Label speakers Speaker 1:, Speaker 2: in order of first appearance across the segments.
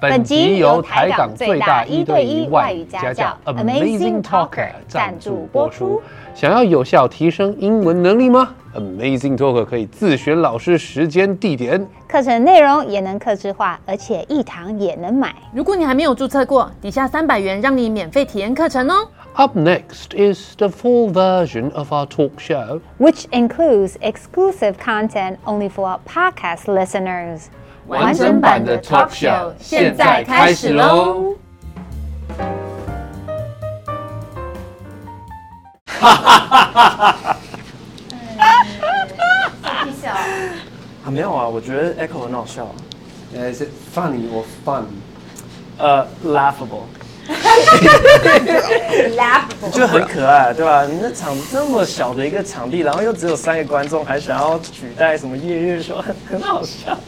Speaker 1: 本集由台港最大一对一外语家教 Amazing Talker 赞助播出。想要有效提升英文能力吗？Amazing Talker 可以自选老师、时间、地点。
Speaker 2: 课程内容也能客制化，而且一堂也能买。
Speaker 3: 如果你还没有注册过，底下三百元让你免费体验课程哦。
Speaker 1: Up next is the full version of our talk show.
Speaker 2: which includes exclusive content only for our podcast listeners.
Speaker 3: 完整版的 talk show 现在开始喽！
Speaker 4: 啊，没有啊，我觉得 Echo 很好笑啊，
Speaker 5: Is it funny or fun?
Speaker 4: 呃，laughable。laughable 就很可爱，对吧？你那场这么小的一个场地，然后又只有三个观众，还想要取代什么夜月说，很好笑。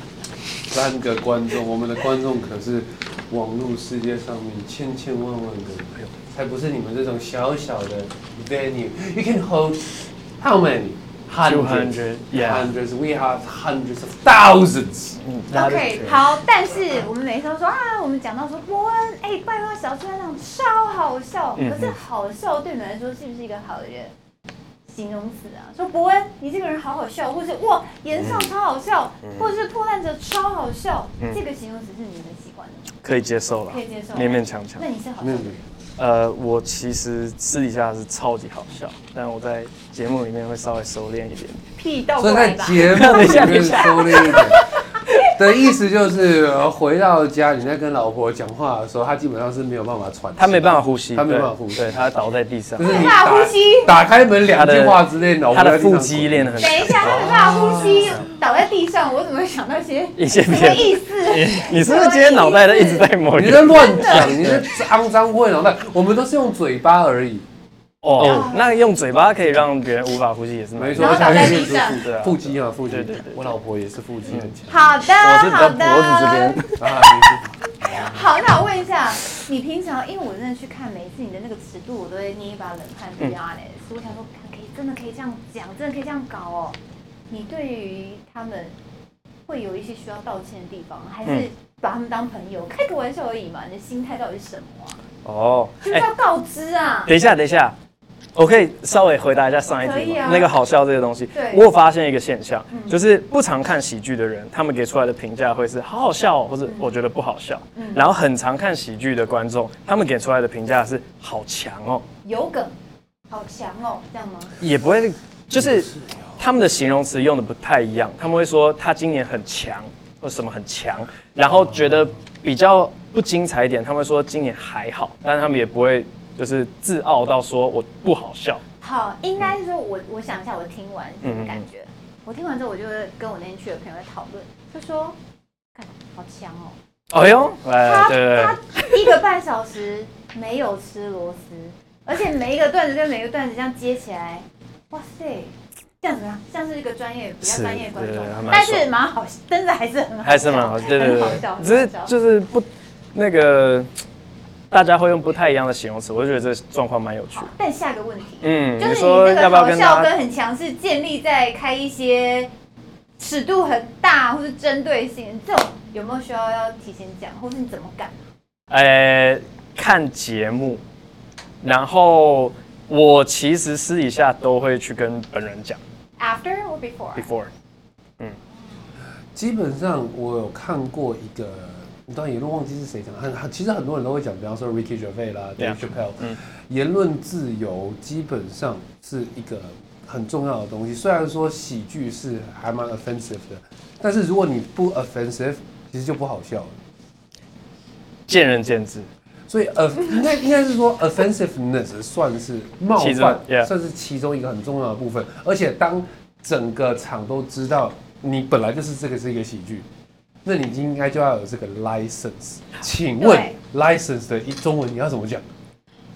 Speaker 5: 三个观众，我们的观众可是网络世界上面千千万万个人，才不是你们这种小小的 venue。You can hold how many?
Speaker 4: Hundred, yeah.
Speaker 5: hundreds. We have hundreds of thousands.
Speaker 4: 大家就
Speaker 6: OK，好，但是我们每次都说啊，我们讲到说伯恩，哎、拜托小猪那场超好笑，可是好笑对你们来说是不是一个好的形容词啊？说伯恩，你这个人好好笑，或是哇，演唱超好笑，或者是破烂者超好笑，这个形容词是你们喜欢的，
Speaker 4: 可以接受了，
Speaker 6: 可以接受
Speaker 4: 勉勉强强
Speaker 6: 那。你是好笑
Speaker 5: 那
Speaker 6: 的
Speaker 5: 个
Speaker 4: 呃，我其实私底下是超级好笑，但我在节目里面会稍微收敛一点。
Speaker 6: 屁倒
Speaker 5: 所
Speaker 6: 过
Speaker 5: 以在
Speaker 6: 来吧？
Speaker 5: 节目里面收敛一点。的意思就是，呃回到家你在跟老婆讲话的时候，她基本上是没有办法喘气的，
Speaker 4: 他没办法呼吸，
Speaker 5: 她没
Speaker 4: 对
Speaker 5: 办法呼吸，
Speaker 4: 对他倒在地上
Speaker 5: 就，是你
Speaker 6: 没办法
Speaker 5: 打
Speaker 6: 呼吸
Speaker 5: 打开门两句话之内，老婆
Speaker 4: 他的
Speaker 5: 在地上
Speaker 4: 腹肌练得很
Speaker 6: 等一下，他没办法呼吸，倒在地上，我怎么会想到一些
Speaker 4: 一些
Speaker 6: 什
Speaker 4: 别
Speaker 6: 么
Speaker 4: 的。
Speaker 6: 意思？
Speaker 4: 你是不是今天脑袋都一直在某一
Speaker 5: 你
Speaker 4: 个
Speaker 5: 在？乱讲，你在肮脏会脑袋，我们都是用嘴巴而已，
Speaker 4: 哦，那用嘴巴可以让别人无法呼吸也是蛮
Speaker 5: 没
Speaker 4: 错
Speaker 5: 错。
Speaker 6: 然后倒在地上
Speaker 4: 对啊
Speaker 5: 腹肌啊，腹肌
Speaker 4: 对对对，
Speaker 5: 我老婆也是腹肌很强
Speaker 6: 好的，
Speaker 4: 我是比
Speaker 6: 好
Speaker 4: 较
Speaker 6: 的。
Speaker 4: 脖子这边，
Speaker 5: 啊，你
Speaker 6: 好，那我问一下，你平常因为我真的去看，每次你的那个尺度，我都会捏一把冷汗。不要啊嘞，所以我想说，可以真的可以这样讲，真的可以这样搞哦。你对于他们会有一些需要道歉的地方，还是
Speaker 4: 嗯
Speaker 6: 把他们当朋友，开个玩笑而已嘛？你的心态到底是什么啊？
Speaker 4: 哦，
Speaker 6: 就是
Speaker 4: 哎，
Speaker 6: 要告知啊。
Speaker 4: 等一下，等一下，我可以稍微回答一下上一
Speaker 6: 可
Speaker 4: 题
Speaker 6: 以
Speaker 4: 吗
Speaker 6: 啊？
Speaker 4: 那个好笑这个东西
Speaker 6: 对，嗯
Speaker 4: 我有发现一个现象，就是不常看喜剧的人，他们给出来的评价会是好好笑哦，或是
Speaker 6: 嗯
Speaker 4: 我觉得不好笑。然后很常看喜剧的观众，他们给出来的评价是好强哦，
Speaker 6: 有梗，好强哦，这样吗？
Speaker 4: 也不会就是他们的形容词用的不太一样，他们会说他今年很强，或什么很强，然后觉得比较不精彩一点，他们说今年还好，但是他们也不会就是自傲到说我不好笑。
Speaker 6: 好，应该是说我我想一下，我听完什么感
Speaker 4: 嗯
Speaker 6: 觉？我听完之后，我就会跟我那天去的朋友在讨论，就说，看好强哦。
Speaker 4: 哎呦，哎，
Speaker 6: 他
Speaker 4: 对对对
Speaker 6: 他一个半小时没有吃螺丝，而且每一个段子跟每一个段子这样接起来，哇塞，这样子啊，像是一个专业比较
Speaker 4: 是
Speaker 6: 专业的观众
Speaker 4: 对对还，蛮
Speaker 6: 但
Speaker 4: 爽
Speaker 6: 是蛮好，真的还是很好笑，
Speaker 4: 还是蛮好，对对
Speaker 6: 很
Speaker 4: 对
Speaker 6: 好笑，，
Speaker 4: 只是
Speaker 6: 很好笑
Speaker 4: 就是不那个，大家会用不太一样的形容词，我就觉得这状况蛮有趣的。
Speaker 6: 但下个问题，
Speaker 4: 嗯，
Speaker 6: 就是
Speaker 4: 你
Speaker 6: 你
Speaker 4: 说
Speaker 6: 那
Speaker 4: 要不
Speaker 6: 个
Speaker 4: 要
Speaker 6: 好
Speaker 4: 跟
Speaker 6: 笑
Speaker 4: 大
Speaker 6: 跟
Speaker 4: 家？
Speaker 6: 很强是建立在开一些尺度很大或是针对性这种，有没有需要要提前讲，或是你怎么改？
Speaker 4: 呃，看节目，然后我其实私底下都会去跟本人讲
Speaker 6: After or before？
Speaker 4: before。
Speaker 5: 基本上我有看过一个，我当然言论忘记是谁讲的，很很其实很多人都会讲，比方说 Ricky Gervais 啦
Speaker 4: Yeah
Speaker 5: ，Dave Chappelle，
Speaker 4: 嗯
Speaker 5: 言论自由基本上是一个很重要的东西。虽然说喜剧是还蛮 offensive 的，但是如果你不 offensive，其实就不好笑了。
Speaker 4: 见仁见智，
Speaker 5: 所以呃，应该应该是说 offensiveness 算是冒
Speaker 4: 其中
Speaker 5: 犯
Speaker 4: yeah，
Speaker 5: 算是其中一个很重要的部分。而且当整个场都知道你本来就是这个是一个喜剧，那你应该就要有这个 license。请问 license 的一中文你要怎么讲？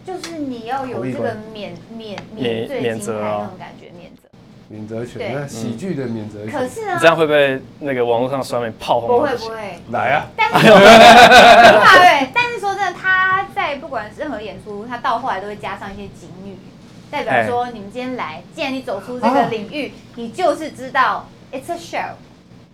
Speaker 6: 就是你要有
Speaker 5: 同意
Speaker 6: 这
Speaker 5: 吧
Speaker 6: 个免免
Speaker 4: 免
Speaker 6: 免罪
Speaker 4: 免
Speaker 6: 金牌
Speaker 4: 责
Speaker 6: 那
Speaker 4: 啊
Speaker 6: 种感觉，免责。
Speaker 5: 免责
Speaker 6: 对
Speaker 5: 权，那喜剧的免责
Speaker 6: 可
Speaker 5: 权，
Speaker 6: 是呢
Speaker 4: 这，样会不会那个网络上酸民炮轰？
Speaker 6: 嗯不会不。 会，
Speaker 5: 来啊！
Speaker 6: 但
Speaker 4: 哎
Speaker 6: 是很怕对，但是说真的，他在不管是任何演出，他到后来都会加上一些警语，代
Speaker 4: 哎
Speaker 6: 表说你们今天来，既然你走出这个
Speaker 5: 啊
Speaker 6: 领域，你就是知道 it's a show。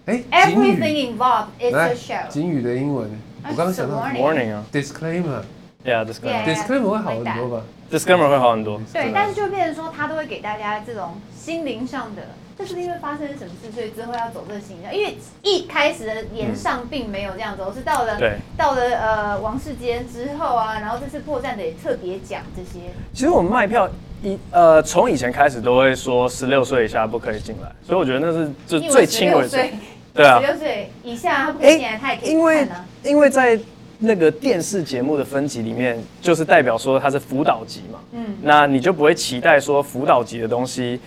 Speaker 5: 哎，警语
Speaker 6: Everything involved is
Speaker 5: 来
Speaker 6: a，show。
Speaker 5: 警语的英文
Speaker 6: 啊
Speaker 7: 我刚刚想到
Speaker 4: warning 啊
Speaker 7: disclaimer，disclaimer
Speaker 4: ，yeah disclaimer
Speaker 6: Yeah.
Speaker 7: 会好很多吧？
Speaker 4: disclaimer 会好很多，
Speaker 6: 对，但是就变成说他都会给大家这种心灵上的，这是因为发生了什么事，所以之后要走这个形象。因为一开始的言上并没有这样走，是到了
Speaker 4: 对
Speaker 6: 到了呃王世坚之后啊，然后这次破绽得特别讲这些，
Speaker 4: 其实我们卖票一呃，从以前开始都会说十六岁以下不可以进来，所以我觉得那是就
Speaker 6: 因
Speaker 4: 最
Speaker 6: 为
Speaker 4: 轻
Speaker 6: 十
Speaker 4: 微
Speaker 6: 六
Speaker 4: 的
Speaker 6: 岁，
Speaker 4: 对啊
Speaker 6: 十，六岁以下他不可以进来，他
Speaker 4: 哎
Speaker 6: 也，可以
Speaker 4: 因为
Speaker 6: 看啊。
Speaker 4: 因为在那个电视节目的分级里面，就是代表说它是辅导级嘛，
Speaker 6: 嗯，
Speaker 4: 那你就不会期待说辅导级的东西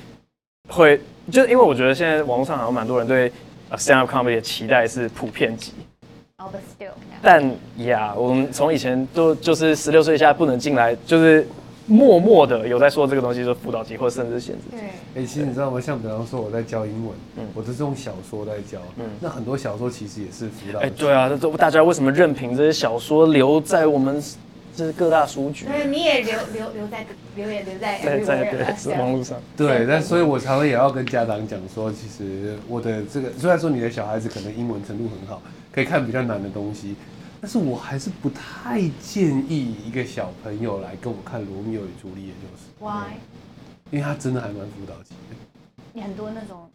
Speaker 4: 会，就是因为我觉得现在网络上好像蛮多人对呃 stand up comedy 的期待是普遍级，
Speaker 6: 哦，but still，
Speaker 4: 但呀，我们从以前都就是十六岁以下不能进来，就是默默的有在说这个东西，就是辅导级或甚至限制。
Speaker 6: 对，
Speaker 7: 哎、其实你知道吗？像比方说我在教英文，我都是用小说在教，那很多小说其实也是辅导
Speaker 4: 哎、。对啊，这这大家为什么任凭这些小说留在我们就是各大书局，
Speaker 6: 所以你也留留留在留言留在
Speaker 4: 在在
Speaker 6: everywhere 啊
Speaker 4: 对网络上？
Speaker 7: 对，但所以我常常也要跟家长讲说，其实我的这个虽然说你的小孩子可能英文程度很好，可以看比较难的东西，但是我还是不太建议一个小朋友来跟我看《罗密欧与朱丽叶》，就是
Speaker 6: ，why？
Speaker 7: 因为他真的还蛮辅导级的，
Speaker 6: 你很多那种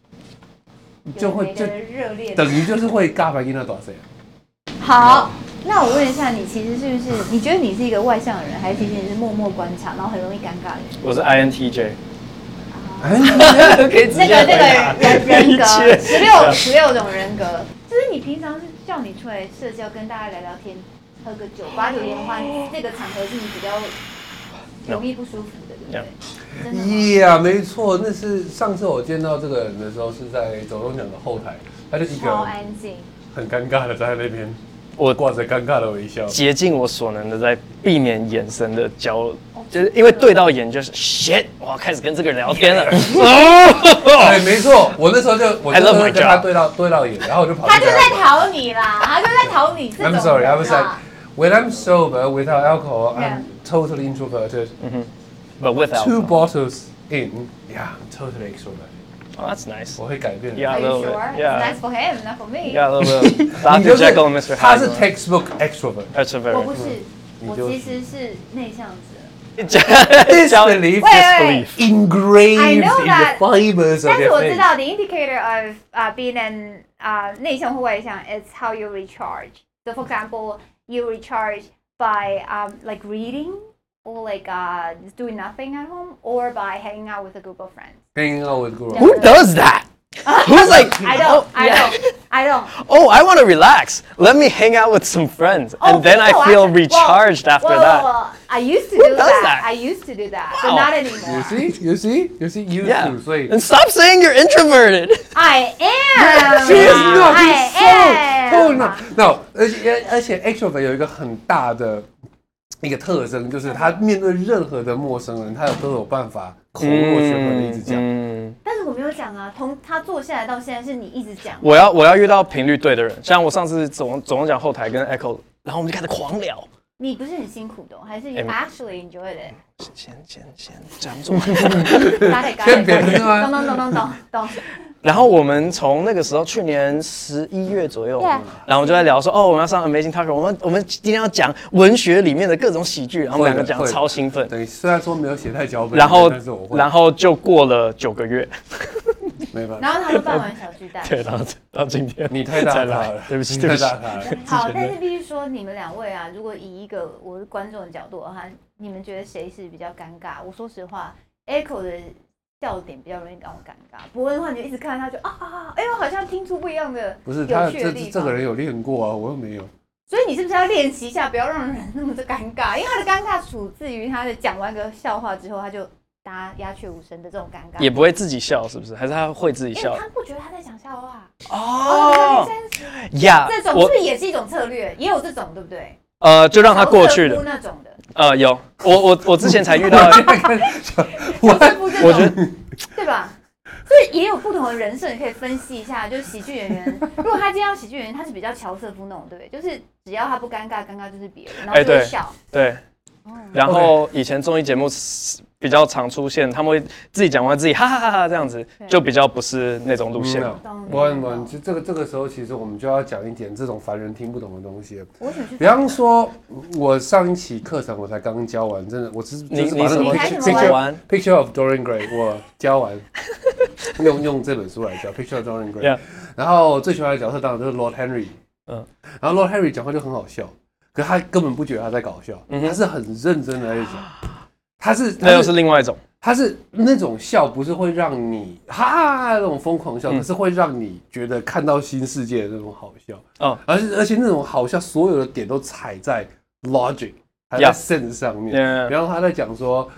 Speaker 6: 有
Speaker 7: 就
Speaker 6: 的
Speaker 7: 会
Speaker 6: 没
Speaker 7: 就
Speaker 6: 的热烈的
Speaker 7: 等于就是会尬白跟他打谁啊？
Speaker 6: 好，那我问一下你，其实是不是你觉得你是一个外向的人，还是其实你是默默观察，然后很容易尴尬的人？
Speaker 4: 我是 INTJ，可以 直
Speaker 6: 那
Speaker 4: 接
Speaker 6: 个
Speaker 4: 回
Speaker 6: 那
Speaker 4: 答
Speaker 7: 啊
Speaker 6: 个人人格
Speaker 4: 一切
Speaker 6: 十六十六种人格，就是你平常是叫你出来社交跟大家聊聊天，喝个酒，把酒言欢，那个场合是你比较容易不舒服的，对不对？真的吗？
Speaker 7: 呀、没错，那是上次我见到这个人的时候是在走动奖的后台，他就一个
Speaker 6: 超
Speaker 7: 人
Speaker 6: 安静，
Speaker 7: 很尴尬的站在那边，
Speaker 4: 我
Speaker 7: 挂着尴尬的微笑。
Speaker 4: 竭尽我所能的在避免眼神的交，就是因为对到眼就是 shit，我要开始跟这个人聊天了。
Speaker 7: 对，哎没错，我那时候就我
Speaker 4: I
Speaker 7: 就
Speaker 4: love
Speaker 7: 跟
Speaker 4: my
Speaker 7: 他
Speaker 4: job
Speaker 7: 对到对到眼，然后我就跑去
Speaker 6: 他就
Speaker 7: 跟
Speaker 6: 在
Speaker 7: 他讲。
Speaker 6: 讨你啦，他就在讨你这
Speaker 7: I'm
Speaker 6: 种
Speaker 7: sorry, I
Speaker 6: 人
Speaker 7: was like,
Speaker 6: 啦。
Speaker 7: when I'm sober without alcohol, I'm
Speaker 6: 啊 Yeah.
Speaker 7: totally introverted.
Speaker 4: But without,
Speaker 7: Two bottles in, yeah, I'm totally extroverted.
Speaker 4: oh, that's nice.
Speaker 7: 我会改变的。
Speaker 4: Yeah.
Speaker 6: 啊 Are you
Speaker 4: little
Speaker 6: sure?
Speaker 4: bit,
Speaker 6: It's
Speaker 4: yeah.
Speaker 6: nice for him, not for me.
Speaker 4: Yeah, a little bit.
Speaker 7: 你就
Speaker 4: Dr.
Speaker 7: 是
Speaker 4: Jekyll and Mr.
Speaker 7: 他是
Speaker 4: Hyde.
Speaker 7: textbook extrovert.
Speaker 4: That's a very
Speaker 6: 我 不是，我
Speaker 7: 就
Speaker 6: 其实是内向者，
Speaker 7: Disbelief,
Speaker 6: Wait, wait,
Speaker 7: disbelief, engraved
Speaker 6: I
Speaker 7: in
Speaker 6: know
Speaker 7: the
Speaker 6: that.
Speaker 7: fibers of
Speaker 6: 但是
Speaker 7: your
Speaker 6: 我知
Speaker 7: face.
Speaker 6: 道 the indicator of 啊 being an 啊内向或外向 is how you recharge. So for example, you recharge by um like reading or like uh just doing nothing at home or by hanging out with a group of friends.
Speaker 7: Hanging out with girls.
Speaker 4: Who does that? Who's like,
Speaker 6: I don't, I
Speaker 4: Oh, yeah.
Speaker 6: don't, I don't.
Speaker 4: oh, I want to relax. Let me hang out with some friends, and then I
Speaker 6: people
Speaker 4: feel
Speaker 6: actually-
Speaker 4: recharged
Speaker 6: Oh, well,
Speaker 4: after
Speaker 6: well,
Speaker 4: that.
Speaker 6: well, well, I used to do
Speaker 4: does that?
Speaker 6: that. I used to do that,
Speaker 4: Wow.
Speaker 6: but not
Speaker 7: You
Speaker 6: anymore.
Speaker 7: see, you see, you see, you
Speaker 4: yeah,
Speaker 7: too. 所以
Speaker 4: and stop saying you're introverted.
Speaker 6: I am.
Speaker 7: She is not.
Speaker 6: I am.
Speaker 7: Oh no, no！而且而且 extrovert 有一个很大的一个特征，就是他面对任何的陌生人，他有都有办法口若悬河的一直讲。
Speaker 4: 嗯
Speaker 6: 但是我没有讲啊，从他坐下来到现在是你一直讲，
Speaker 4: 我要我要遇到频率对的人，像我上次总总讲后台跟 Echo，然后我们就开始狂聊。
Speaker 6: 你不是很辛苦的哦，还是 you
Speaker 4: 哎没
Speaker 6: actually enjoy it？
Speaker 4: 先先先这样 做。
Speaker 6: 嘎嘞嘎嘞
Speaker 7: 先别是吗
Speaker 6: 懂懂懂懂懂懂。
Speaker 4: 然后我们从那个时候，去年十一月左右
Speaker 6: Yeah
Speaker 4: 然后我们就在聊说，哦，我们要上 Amazing Talker，我们我们今天要讲文学里面的各种喜剧，然后我们两个讲得
Speaker 7: 会的
Speaker 4: 超兴奋。
Speaker 7: 对，虽嗯然说没有写在脚本里面，
Speaker 4: 然后
Speaker 7: 但是我会，
Speaker 4: 然后就过了九个月，
Speaker 7: 没办法，
Speaker 6: 然后他们办完小巨蛋。
Speaker 4: 对，然后到今天
Speaker 7: 你太大咖
Speaker 4: 才 来
Speaker 7: 了，
Speaker 4: 对不起，
Speaker 7: 你
Speaker 4: 对
Speaker 7: 太
Speaker 4: 不起
Speaker 7: 大。咖了。
Speaker 6: 好，但是必须说，你们两位啊，如果以一个我是观众的角度的话，你们觉得谁是比较尴尬？我说实话，Echo 的笑点比较容易让我尴尬，伯恩的话你就一直看到他就啊啊，啊哎，我好像听出不一样的
Speaker 7: 不是他
Speaker 6: 有趣
Speaker 7: 这
Speaker 6: 的地方。
Speaker 7: 这个人有练过啊，我又 没有。
Speaker 6: 所以你是不是要练习一下，不要让人那么的尴尬？ 因为他的尴尬处自于他的讲完个笑话之后，他就大家鸦雀无声的这种尴尬。
Speaker 4: 也不会自己笑，是不是？还是他会自己
Speaker 6: 因为
Speaker 4: 笑？
Speaker 6: 他不觉得他在讲笑话。
Speaker 4: 哦
Speaker 6: 这个是真实
Speaker 4: 呀
Speaker 6: 这种是
Speaker 4: 我
Speaker 6: 不是也是一种策略？也有这种，对不对？
Speaker 4: 呃，就让他过去
Speaker 6: 乔瑟
Speaker 4: 的
Speaker 6: 夫。那种的，
Speaker 4: 呃，有我我我之前才遇 到，
Speaker 6: 乔瑟夫这种，
Speaker 4: 我觉得
Speaker 6: 对吧？所以也有不同的人设，你可以分析一下。就是喜剧 演员，如果他今天要喜剧演员，他是比较乔瑟夫那种，对不对？就是只要他不尴尬，尴尬就是别人，然后
Speaker 4: 哎
Speaker 6: 就会
Speaker 4: 对
Speaker 6: 笑。
Speaker 4: 对然后以前综艺节目是比较常出现，他们会自己讲完自己哈哈哈哈这样子，就比较不是那种路线
Speaker 7: 没有
Speaker 4: 了。
Speaker 7: 我我就这个这个时候，其实我们就要讲一点这种凡人听不懂的东西了。
Speaker 6: 我想去
Speaker 7: 比方说，我上一期课程我才刚教完，真的，我只是
Speaker 4: 你
Speaker 7: 就是把那个
Speaker 4: 你
Speaker 6: 你才
Speaker 7: picture-
Speaker 6: 怎么
Speaker 7: picture
Speaker 4: 玩
Speaker 7: picture of Dorian Gray 我教完， 用用这本书来教 picture of Dorian Gray
Speaker 4: Yeah。
Speaker 7: 然后最喜欢的角色当然就是 Lord Henry，嗯
Speaker 4: 嗯，
Speaker 7: 然后 Lord Henry 讲话就很好笑，可他根本不觉得他在搞笑，
Speaker 4: 嗯哼
Speaker 7: 他是很认真的在讲，他是
Speaker 4: 那又是另外一种，
Speaker 7: 他是那种笑，不是会让你哈哈哈那种疯狂笑，
Speaker 4: 嗯
Speaker 7: 可是会让你觉得看到新世界的那种好笑。
Speaker 4: 嗯
Speaker 7: 而且而且那种好笑，所有的点都踩在 logic 还有
Speaker 4: Yeah
Speaker 7: sense 上面。
Speaker 4: Yeah
Speaker 7: 然后他在讲说，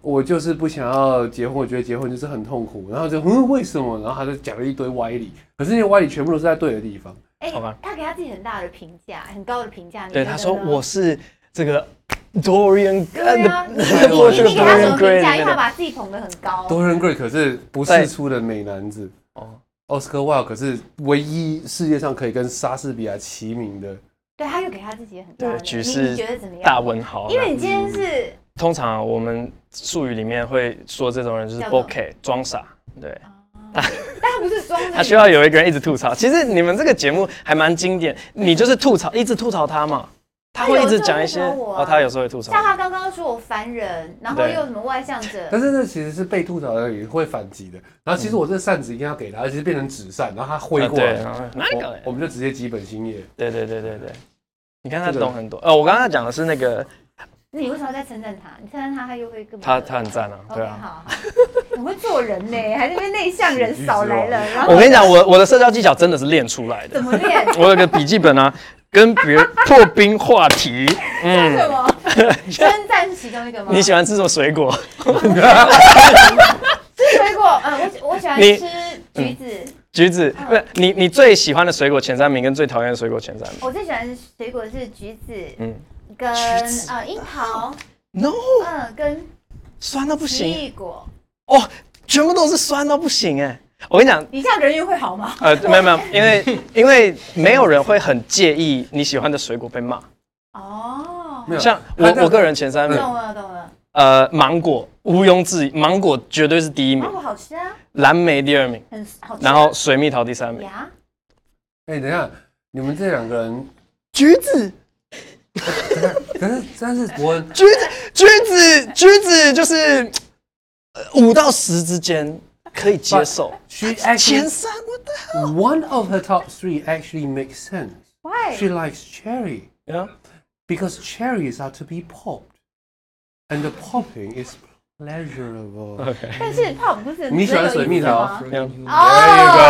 Speaker 7: 我就是不想要结婚，我觉得结婚就是很痛苦。然后就嗯为什么？然后他就讲了一堆歪理，可是那些歪理全部都是在对的地方。
Speaker 6: 哎
Speaker 4: 好吧，
Speaker 6: 他给他自己很大的评价，很高的评价。你
Speaker 4: 对
Speaker 6: 觉
Speaker 4: 他
Speaker 6: 得
Speaker 4: 说
Speaker 6: 呢
Speaker 4: 我是这个 Dorian，
Speaker 6: 对啊，你你
Speaker 4: 我
Speaker 6: 你
Speaker 4: 是
Speaker 6: 你给他什
Speaker 4: Dorian
Speaker 6: 么评
Speaker 4: Gray
Speaker 6: 价？因为
Speaker 4: 里
Speaker 6: 他
Speaker 4: 面的，
Speaker 6: 把自己捧得很高。
Speaker 7: 多人 Gray 可是不世
Speaker 4: 对
Speaker 7: 出的美男子
Speaker 4: 哦
Speaker 7: 奥斯卡 l d 可是唯一世界上可以跟莎士比亚齐名的。
Speaker 6: 对，他又给他自己很大的
Speaker 4: 对局
Speaker 6: 你
Speaker 4: 势
Speaker 6: 你觉得怎么样？
Speaker 4: 大嗯文豪啦。
Speaker 6: 因为你今天是
Speaker 4: 通常啊我们术语里面会说这种人就是
Speaker 6: 叫做
Speaker 4: bokeh 装傻，对。
Speaker 6: 他不是装的，
Speaker 4: 他需要有一个人一直吐 槽。其实你们这个节目还蛮经典，你就是吐槽，一直吐槽他嘛，他会一直讲一些
Speaker 6: 他有时候会吐槽我啊
Speaker 4: 哦，他有时候会吐槽
Speaker 6: 像。他刚刚说我烦人，然后
Speaker 4: 对
Speaker 6: 又什么外向者，
Speaker 7: 但是那其实是被吐槽的也会反击的。然后其实我这扇子应该要给他，而且是变成纸扇，然后他挥
Speaker 4: 呃嗯
Speaker 7: 过
Speaker 4: 对，
Speaker 7: 来，
Speaker 4: 然后哪
Speaker 7: 我
Speaker 4: 个？
Speaker 7: 我们就直接基本星夜。
Speaker 4: 对对对对对，你看他
Speaker 7: 这个
Speaker 4: 懂很多。呃，我刚刚讲的是那个
Speaker 6: 那你为什么要再称赞他？你称赞他，他又会更
Speaker 4: 他，他很赞啊，对
Speaker 6: OK
Speaker 4: 啊。
Speaker 6: 好， 很会做人呢，还是因为内向人少来了，然后
Speaker 4: 我跟你讲，啊我我的社交技巧真的是练出来的
Speaker 6: 怎。么 练？
Speaker 4: 我有个笔记本啊，跟 别人破冰话题。
Speaker 6: 为什么？称赞是其中一个吗？
Speaker 4: 你喜欢吃什么水果？
Speaker 6: 吃水果？嗯，我我喜欢
Speaker 4: 你嗯
Speaker 6: 吃橘子，
Speaker 4: 橘子？不是你你最喜欢的水果前三名跟最讨厌的水果前三名
Speaker 6: 我最喜欢的水果是橘子，
Speaker 4: 嗯
Speaker 6: 跟
Speaker 4: 橘子
Speaker 6: 呃樱桃，
Speaker 4: ？No，
Speaker 6: 嗯，跟
Speaker 4: 酸到不
Speaker 6: 奇
Speaker 4: 行
Speaker 6: 异果。
Speaker 4: 哦，全部都是酸到不行哎。我跟你讲，
Speaker 6: 你这样人缘会好吗？
Speaker 4: 呃，没有没有，因为因为没有人会很介意你喜欢的水果被骂。
Speaker 6: 哦，
Speaker 7: 没有
Speaker 4: 像
Speaker 7: 他
Speaker 4: 我
Speaker 7: 这样
Speaker 4: 我个人前三名，
Speaker 6: 懂了懂了，
Speaker 4: 呃，芒果毋庸置疑，芒果绝对是第一名
Speaker 6: 芒，果好吃啊，
Speaker 4: 蓝莓第二名，
Speaker 6: 很好吃啊。
Speaker 4: 然后水蜜桃第三名，
Speaker 6: 呀，
Speaker 7: 哎、等一下，你们这两个人，
Speaker 4: 橘子
Speaker 7: 可是但是 伯恩，
Speaker 4: 橘子橘子橘子就是呃五到十之间可以接受。
Speaker 7: she
Speaker 4: 前
Speaker 7: actually
Speaker 4: 三我的
Speaker 7: one of her top three actually makes sense.
Speaker 6: Why?
Speaker 7: She likes cherry
Speaker 4: 呀
Speaker 7: because cherries are to be popped, and the popping is pleasurable.
Speaker 6: 但是泡不是
Speaker 7: 你喜欢水蜜桃嗯哎
Speaker 6: 吗？
Speaker 4: 呀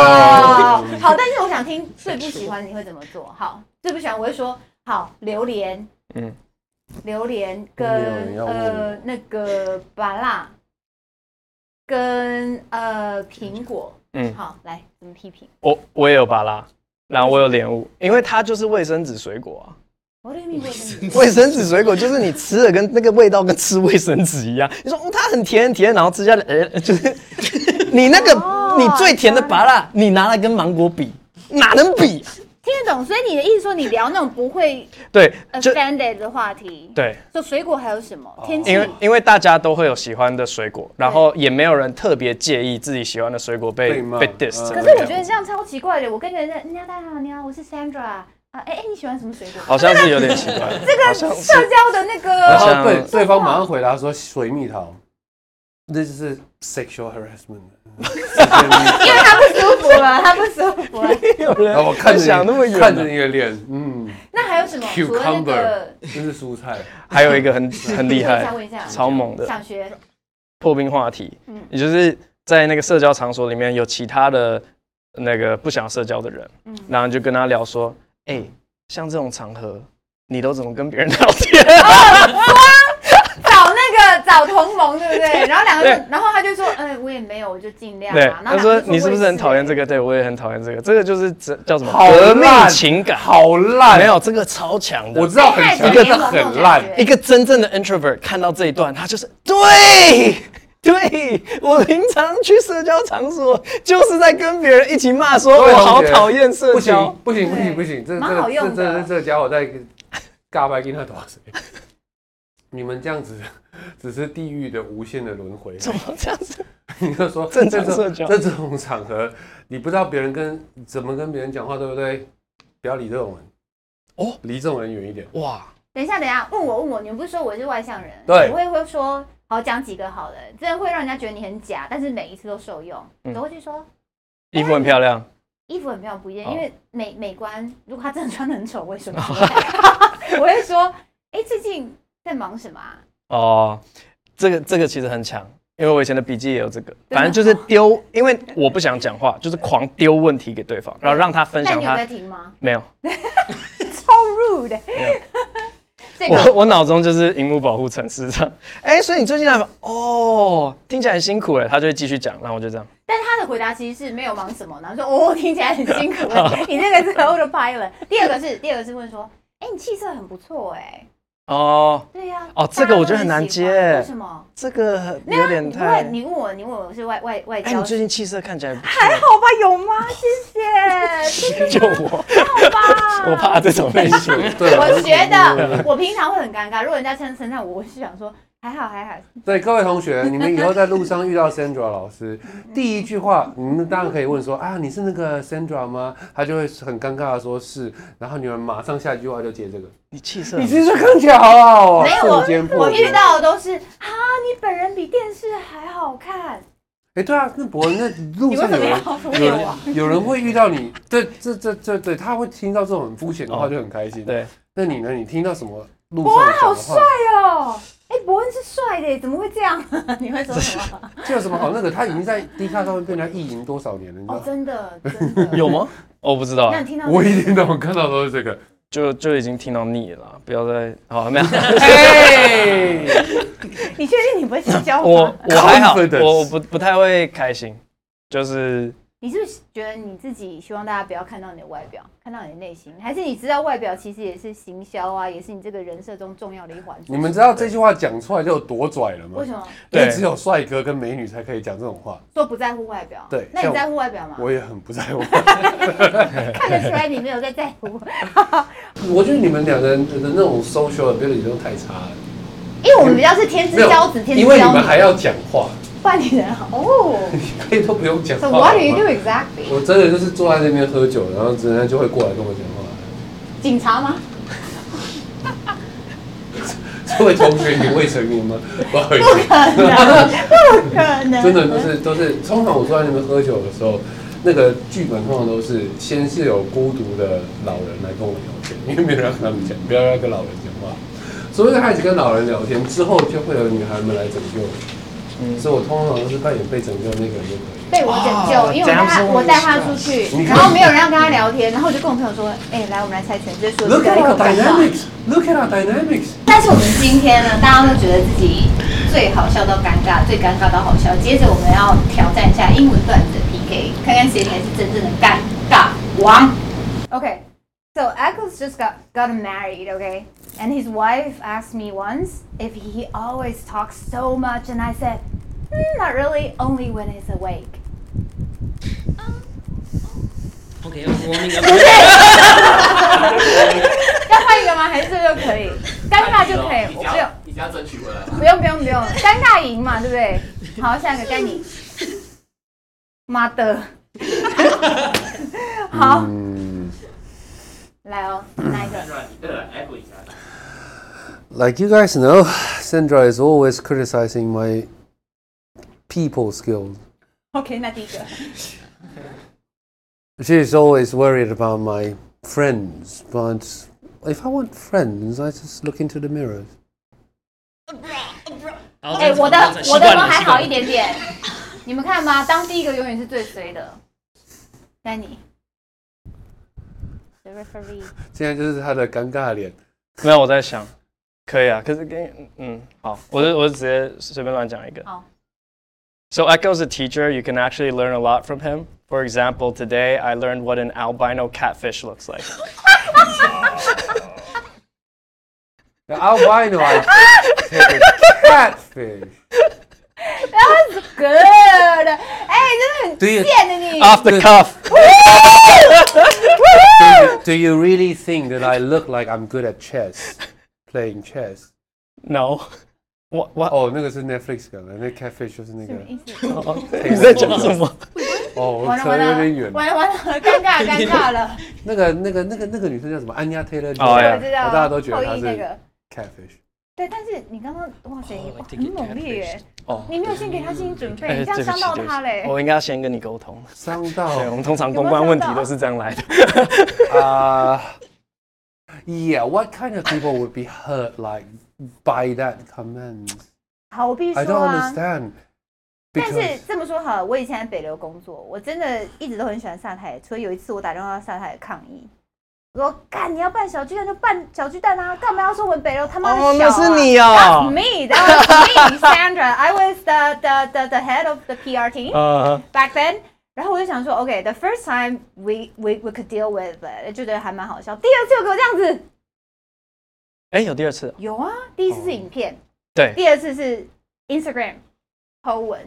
Speaker 6: 哦，好，但是我想听最不喜欢你会怎么做？好，最不喜欢我会说好榴莲，嗯
Speaker 4: 嗯，
Speaker 6: 榴莲
Speaker 7: 没有人
Speaker 6: 跟
Speaker 7: 要问
Speaker 6: 呃那个芭辣，跟呃苹果，
Speaker 4: 嗯
Speaker 6: 好，来怎么批评
Speaker 4: 我我也有芭拉，然后我有莲雾，因为它就是卫生纸水果啊。
Speaker 6: 我的蜜果跟你
Speaker 4: 卫生纸水果就是你吃了跟那个味道跟吃卫生纸一样。你说、哦、它很甜很甜，然后吃下来，呃， 就是你那个、
Speaker 6: 哦
Speaker 4: 你最甜的芭乐，你拿来跟芒果比，哪能比？
Speaker 6: 听得懂，所以你的意思说你聊那种不会
Speaker 4: 对，
Speaker 6: 呃
Speaker 4: 就
Speaker 6: offended 的话题，
Speaker 4: 对，
Speaker 6: 就水果还有什么天气
Speaker 4: 因为因为大家都会有喜欢的水果，然后也没有人特别介意自己喜欢的水果被
Speaker 7: 被骂
Speaker 4: 被 diss
Speaker 7: 嗯
Speaker 4: 这
Speaker 6: 可
Speaker 4: 个样。
Speaker 6: 是我觉得这样超奇怪的，我跟人家人家大家好，你好，我是 Sandra 啊，哎哎，你喜欢什么水果？
Speaker 4: 好像是有点奇怪，这个像
Speaker 6: 社
Speaker 4: 是
Speaker 6: 交的那
Speaker 7: 然
Speaker 6: 个，
Speaker 7: 后对对方马上回答说水蜜桃，那就是 sexual harassment。
Speaker 6: 因为他不舒服了，他不舒服 了。
Speaker 4: 没有人
Speaker 7: 然后我看着你
Speaker 4: 想那么远啊
Speaker 7: 看着你的脸，嗯，
Speaker 6: 那还有什么？除了那个，
Speaker 7: 真是蔬菜。
Speaker 4: 还有一个很很厉
Speaker 6: 我
Speaker 4: 害
Speaker 6: 想，问一下，
Speaker 4: 超猛的。
Speaker 6: 想学
Speaker 4: 破冰话题，
Speaker 6: 嗯
Speaker 4: 也就是在那个社交场所里面有其他的那个不想社交的人，
Speaker 6: 嗯
Speaker 4: 然后就跟他聊说，哎、像这种场合，你都怎么跟别人聊天？
Speaker 6: 找那个找同盟，对不 对？然后两个人，然后他就说，哎，我也没有，我就尽量
Speaker 4: 对
Speaker 6: 啊。，然后
Speaker 4: 他说
Speaker 6: 两个人
Speaker 4: 你是不是很讨厌这
Speaker 6: 个？
Speaker 4: 个？对我也很讨厌这个，这个就是这叫什么
Speaker 7: 好
Speaker 4: 革命
Speaker 7: 烂
Speaker 4: 情感？
Speaker 7: 好烂
Speaker 4: 没有这个超强的，
Speaker 7: 我知道很强，但是很烂。
Speaker 4: 一个真正的 introvert 看到这一段，他就是对。对我平常去社交场所，就是在跟别人一起骂说，
Speaker 7: 各位
Speaker 4: 我
Speaker 7: 同
Speaker 4: 好
Speaker 7: 学
Speaker 4: 讨厌社
Speaker 7: 不
Speaker 4: 交
Speaker 7: 行。不行不行不行，这
Speaker 6: 蛮好
Speaker 7: 这
Speaker 6: 用
Speaker 7: 这
Speaker 6: 的
Speaker 7: 这这家伙在尬白跟他多少岁？你们这样子只是地狱的无限的轮回。
Speaker 4: 怎么 这样子？
Speaker 7: 你就说
Speaker 4: 正常
Speaker 7: 这种
Speaker 4: 社交
Speaker 7: 在这种场合，你不知道别人跟怎么跟别人讲话，对不对？不要理这种人
Speaker 4: 哦，
Speaker 7: 离这种人远一点。
Speaker 4: 哇，
Speaker 6: 等一下，等一下，问我问我，你们不是说我是外向人？
Speaker 7: 对
Speaker 6: 我也会说，好讲几个好了，真的会让人家觉得你很假，但是每一次都受用。
Speaker 4: 嗯
Speaker 6: 走过去说
Speaker 4: 衣服很漂亮，
Speaker 6: 衣服很漂亮不一样，
Speaker 4: 哦
Speaker 6: 因为美美观，如果他真的穿的很丑，为什么？ 我会说，哎、最近在忙什么啊？
Speaker 4: 哦，这个这个其实很强，因为我以前的笔记也有这个，反正就是丢，因为我不想讲话，就是狂丢问题给对方，然后让他分
Speaker 6: 但
Speaker 4: 享
Speaker 6: 你有
Speaker 4: 他
Speaker 6: 在听吗？
Speaker 4: 没有，
Speaker 6: 超 rude，这个
Speaker 4: 我我脑中就是荧幕保护层是这样。哎、所以你最近在忙哦，听起来很辛苦哎，他就会继续讲，然后我就这样，
Speaker 6: 但是他的回答其实是没有忙什么，然后说哦，听起来很辛 苦，你这个是 autopilot。第二个是第二个是问说，哎、你气色很不错哎、
Speaker 4: 哦，
Speaker 6: 对呀、
Speaker 4: 哦这个我觉得很难接
Speaker 6: 大家都很喜欢为什么？
Speaker 4: 这个
Speaker 6: 没有
Speaker 4: 有
Speaker 6: 啊，
Speaker 4: 点
Speaker 6: 你
Speaker 4: 太
Speaker 6: 问，你问我，你问我是外外外
Speaker 4: 哎、
Speaker 6: 交
Speaker 4: 你，最近气色看起来不
Speaker 6: 还好啊吧？有吗？谢谢，
Speaker 4: 错，就我，
Speaker 6: 还好吧？
Speaker 4: 我怕这种类 型，
Speaker 7: 对，啊
Speaker 6: 我觉得我平常会很尴尬，如果人家称称赞我，我是想说还好还好，
Speaker 7: 对各位同学，你们以后在路上遇到 Sandra 老师，第一句话你们当然可以问说啊，你是那个 Sandra 吗？他就会很尴尬的说是，然后你们马上下一句话就接这个，
Speaker 4: 你气色
Speaker 7: 你其实看起来好好哦，
Speaker 6: 没有
Speaker 7: 瞬间
Speaker 6: 我
Speaker 7: 破
Speaker 6: 我
Speaker 7: 局
Speaker 6: 遇到的都是啊，你本人比电视还好看，
Speaker 7: 哎，对啊，那博文那路
Speaker 6: 你为
Speaker 7: 上
Speaker 6: 什
Speaker 7: 有
Speaker 6: 么要哎
Speaker 7: 人
Speaker 6: 敷
Speaker 7: 有
Speaker 6: 衍
Speaker 7: 人
Speaker 6: 我？
Speaker 7: 有人会遇到你，对，这这这对，他会听到这种很肤浅的话就很开心。，
Speaker 4: 哦
Speaker 7: 啊
Speaker 4: 对，
Speaker 7: 那你呢？你听到什么路上讲
Speaker 6: 好
Speaker 7: 的
Speaker 6: 帅
Speaker 7: 话？
Speaker 6: 哦！哎，伯恩是帅的耶，怎么会这样？ 你会说什 么？
Speaker 7: 这有什么哦好？那个他已经在 D 卡上面被人家意淫多少年了，你知道
Speaker 6: 哦，
Speaker 7: 吗？
Speaker 6: 真的，真 的。
Speaker 4: 有吗？我不知道啊
Speaker 6: 那，你听到
Speaker 7: 我一天到晚看到都是这个。
Speaker 4: 就就已经听到腻了，不要再好没有。
Speaker 7: 哎，
Speaker 6: 你确定你不会社交吗
Speaker 4: 我？ 我还好，
Speaker 7: Confidence
Speaker 4: 我我不不太会开心，就是
Speaker 6: 你是不是觉得你自己希望大家不要看到你的外表，看到你的内心？还是你知道外表其实也是行销啊，也是你这个人设中重要的一环？
Speaker 7: 你们知道这句话讲出来就有多拽了吗
Speaker 6: 为？什么
Speaker 7: 因
Speaker 4: 对
Speaker 7: 为只有帅哥跟美女才可以讲这种话。
Speaker 6: 说不在乎外表？
Speaker 7: 对
Speaker 6: 那
Speaker 7: 像
Speaker 6: 你
Speaker 7: 我
Speaker 6: 在乎外表吗？
Speaker 7: 我也很不在乎，
Speaker 6: 看得出来你没有在在乎，
Speaker 7: 我觉得你们两个人的那种 social ability 都太差了，
Speaker 6: 因为我们比较是天之骄子，天之
Speaker 7: 因为你
Speaker 6: 骄
Speaker 7: 们还
Speaker 6: 女，
Speaker 7: 要讲话，
Speaker 6: 换你人好哦。
Speaker 7: 你可以都不用讲
Speaker 6: So
Speaker 7: 话。
Speaker 6: what do you
Speaker 7: 好吗
Speaker 6: do exactly？
Speaker 7: 我真的就是坐在那边喝酒，然后人家就会过来跟我讲话。
Speaker 6: 警察吗？
Speaker 7: 这位同学，你未成年 吗？不好意
Speaker 6: 不
Speaker 7: 思，
Speaker 6: 可能，不可能。
Speaker 7: 真的都是都是，通常我坐在那边喝酒的时候，那个剧本通常都是先是有孤独的老人来跟我聊天，因为没有人要跟他们讲，不要要跟老人讲话。所以开始跟老人聊天之后，就会有女孩们来拯救我。所以我通常都是扮演被拯救那个人就可以。
Speaker 6: 被我拯
Speaker 7: 哦
Speaker 6: 救，因为我带他我带他出去，
Speaker 7: 你
Speaker 6: 然
Speaker 7: 看
Speaker 6: 后没有人要跟他聊天，然后我就跟我朋友说，哎，来，我们来猜拳，就是说
Speaker 7: Look
Speaker 6: 这
Speaker 7: at
Speaker 6: 一
Speaker 7: our
Speaker 6: 口干话。
Speaker 7: dynamics. Look at our dynamics.
Speaker 6: 但是我们今天呢，大家都觉得自己最好笑到尴尬，最尴尬到好笑。接着我们要挑战一下英文段子的 PK，看看谁才是真正的尴尬王。Okay, so Eccles just got got married, okay? And his wife asked me once if he always talks so much, and I said, "Mm, not really, only when he's awake.
Speaker 8: Okay, I'm warming up.
Speaker 6: 要换一个吗？还是这就可以？尴尬就可以，我不用，
Speaker 8: 你只要争取回来吧。
Speaker 6: 不用，不用，不用，尴尬赢嘛，对不对？好，下一个该你。妈的！好，来哦，哪一个？
Speaker 7: Like you guys know, Sandra is always criticizing my people skills.
Speaker 6: OK，那第一个。
Speaker 7: She's always worried about my friends, but if I want friends, I just look into the mirror.
Speaker 6: 哎、我的我的都还好一点点。你们看吧，当第一个永远是最衰的。该你。The referee。
Speaker 7: 现在就是他的尴尬脸。
Speaker 4: 没有我在想，可以啊，可是跟嗯好，我就我就直接随便乱讲一个。
Speaker 6: 好。
Speaker 4: So Echo's a teacher. You can actually learn a lot from him. For example, today I learned what an albino catfish looks like.
Speaker 7: The albino, I take a catfish.
Speaker 6: That's good。哎、真的很
Speaker 7: Do you
Speaker 6: 贱的你。
Speaker 4: Off the cuff.
Speaker 7: do you really think that I look like I'm good at chess, playing chess?
Speaker 4: No，我我
Speaker 7: 哦，那个是 Netflix 搞的，那 Catfish 就是那个
Speaker 6: 什么意思？
Speaker 4: 你在讲什 么？
Speaker 7: 哦，
Speaker 6: 完了
Speaker 7: 扯
Speaker 6: 完
Speaker 7: 得有
Speaker 6: 了
Speaker 7: 点远。
Speaker 6: 完了完了，尴尬尴尬了。
Speaker 7: 那个那个那个那个女生叫什么？安妮 Taylor，
Speaker 4: 哦哎
Speaker 6: 我
Speaker 4: 呀
Speaker 6: 知道，啊
Speaker 7: 大家都觉得
Speaker 6: 后
Speaker 7: 她
Speaker 6: 羿
Speaker 7: 是
Speaker 6: 那个。
Speaker 7: Catfish。
Speaker 6: 对，但是你刚刚哇塞，你
Speaker 8: Oh, I
Speaker 6: 很
Speaker 8: think it Oh.
Speaker 6: 猛烈耶！
Speaker 4: 哦，
Speaker 6: 你没有先给他心理准备，
Speaker 4: 哎
Speaker 6: 你这样
Speaker 4: 对不
Speaker 6: 伤
Speaker 4: 起
Speaker 6: 到
Speaker 4: 对不
Speaker 6: 他
Speaker 4: 起
Speaker 6: 嘞。
Speaker 4: 我应该要先跟你沟通。
Speaker 7: 伤
Speaker 4: 对，我
Speaker 7: 到
Speaker 4: 们通常
Speaker 6: 有没有
Speaker 4: 公关
Speaker 6: 想
Speaker 4: 问题
Speaker 6: 到
Speaker 4: 都是这样来的。
Speaker 7: 啊、y e a h what kind of people would be hurt like by that comment?
Speaker 6: 好，我必须
Speaker 7: I
Speaker 6: 说
Speaker 7: don't
Speaker 6: 啊。
Speaker 7: understand.
Speaker 6: 但
Speaker 7: Because
Speaker 6: 是这么说好了，我以前在北流工作，我真的一直都很喜欢萨泰，所以有一次我打电话到萨泰抗议，我说：“干，你要办小巨蛋就办小巨蛋啊，干嘛要说我们北流他妈的小、啊？”
Speaker 4: 哦，
Speaker 6: 啊
Speaker 4: 那是你
Speaker 6: That's
Speaker 4: 哦。
Speaker 6: me. That was me, Sandra. I was the the the the head of the PR team
Speaker 4: 呃，
Speaker 6: back then. 然后我就想说，OK, the first time we we we could deal with it，就觉得还蛮好笑。第二次又给我这样子，
Speaker 4: 哎，有第二次哦。
Speaker 6: 有啊，第一次是影片，
Speaker 4: 对，
Speaker 6: 第二次是 Instagram 抛文，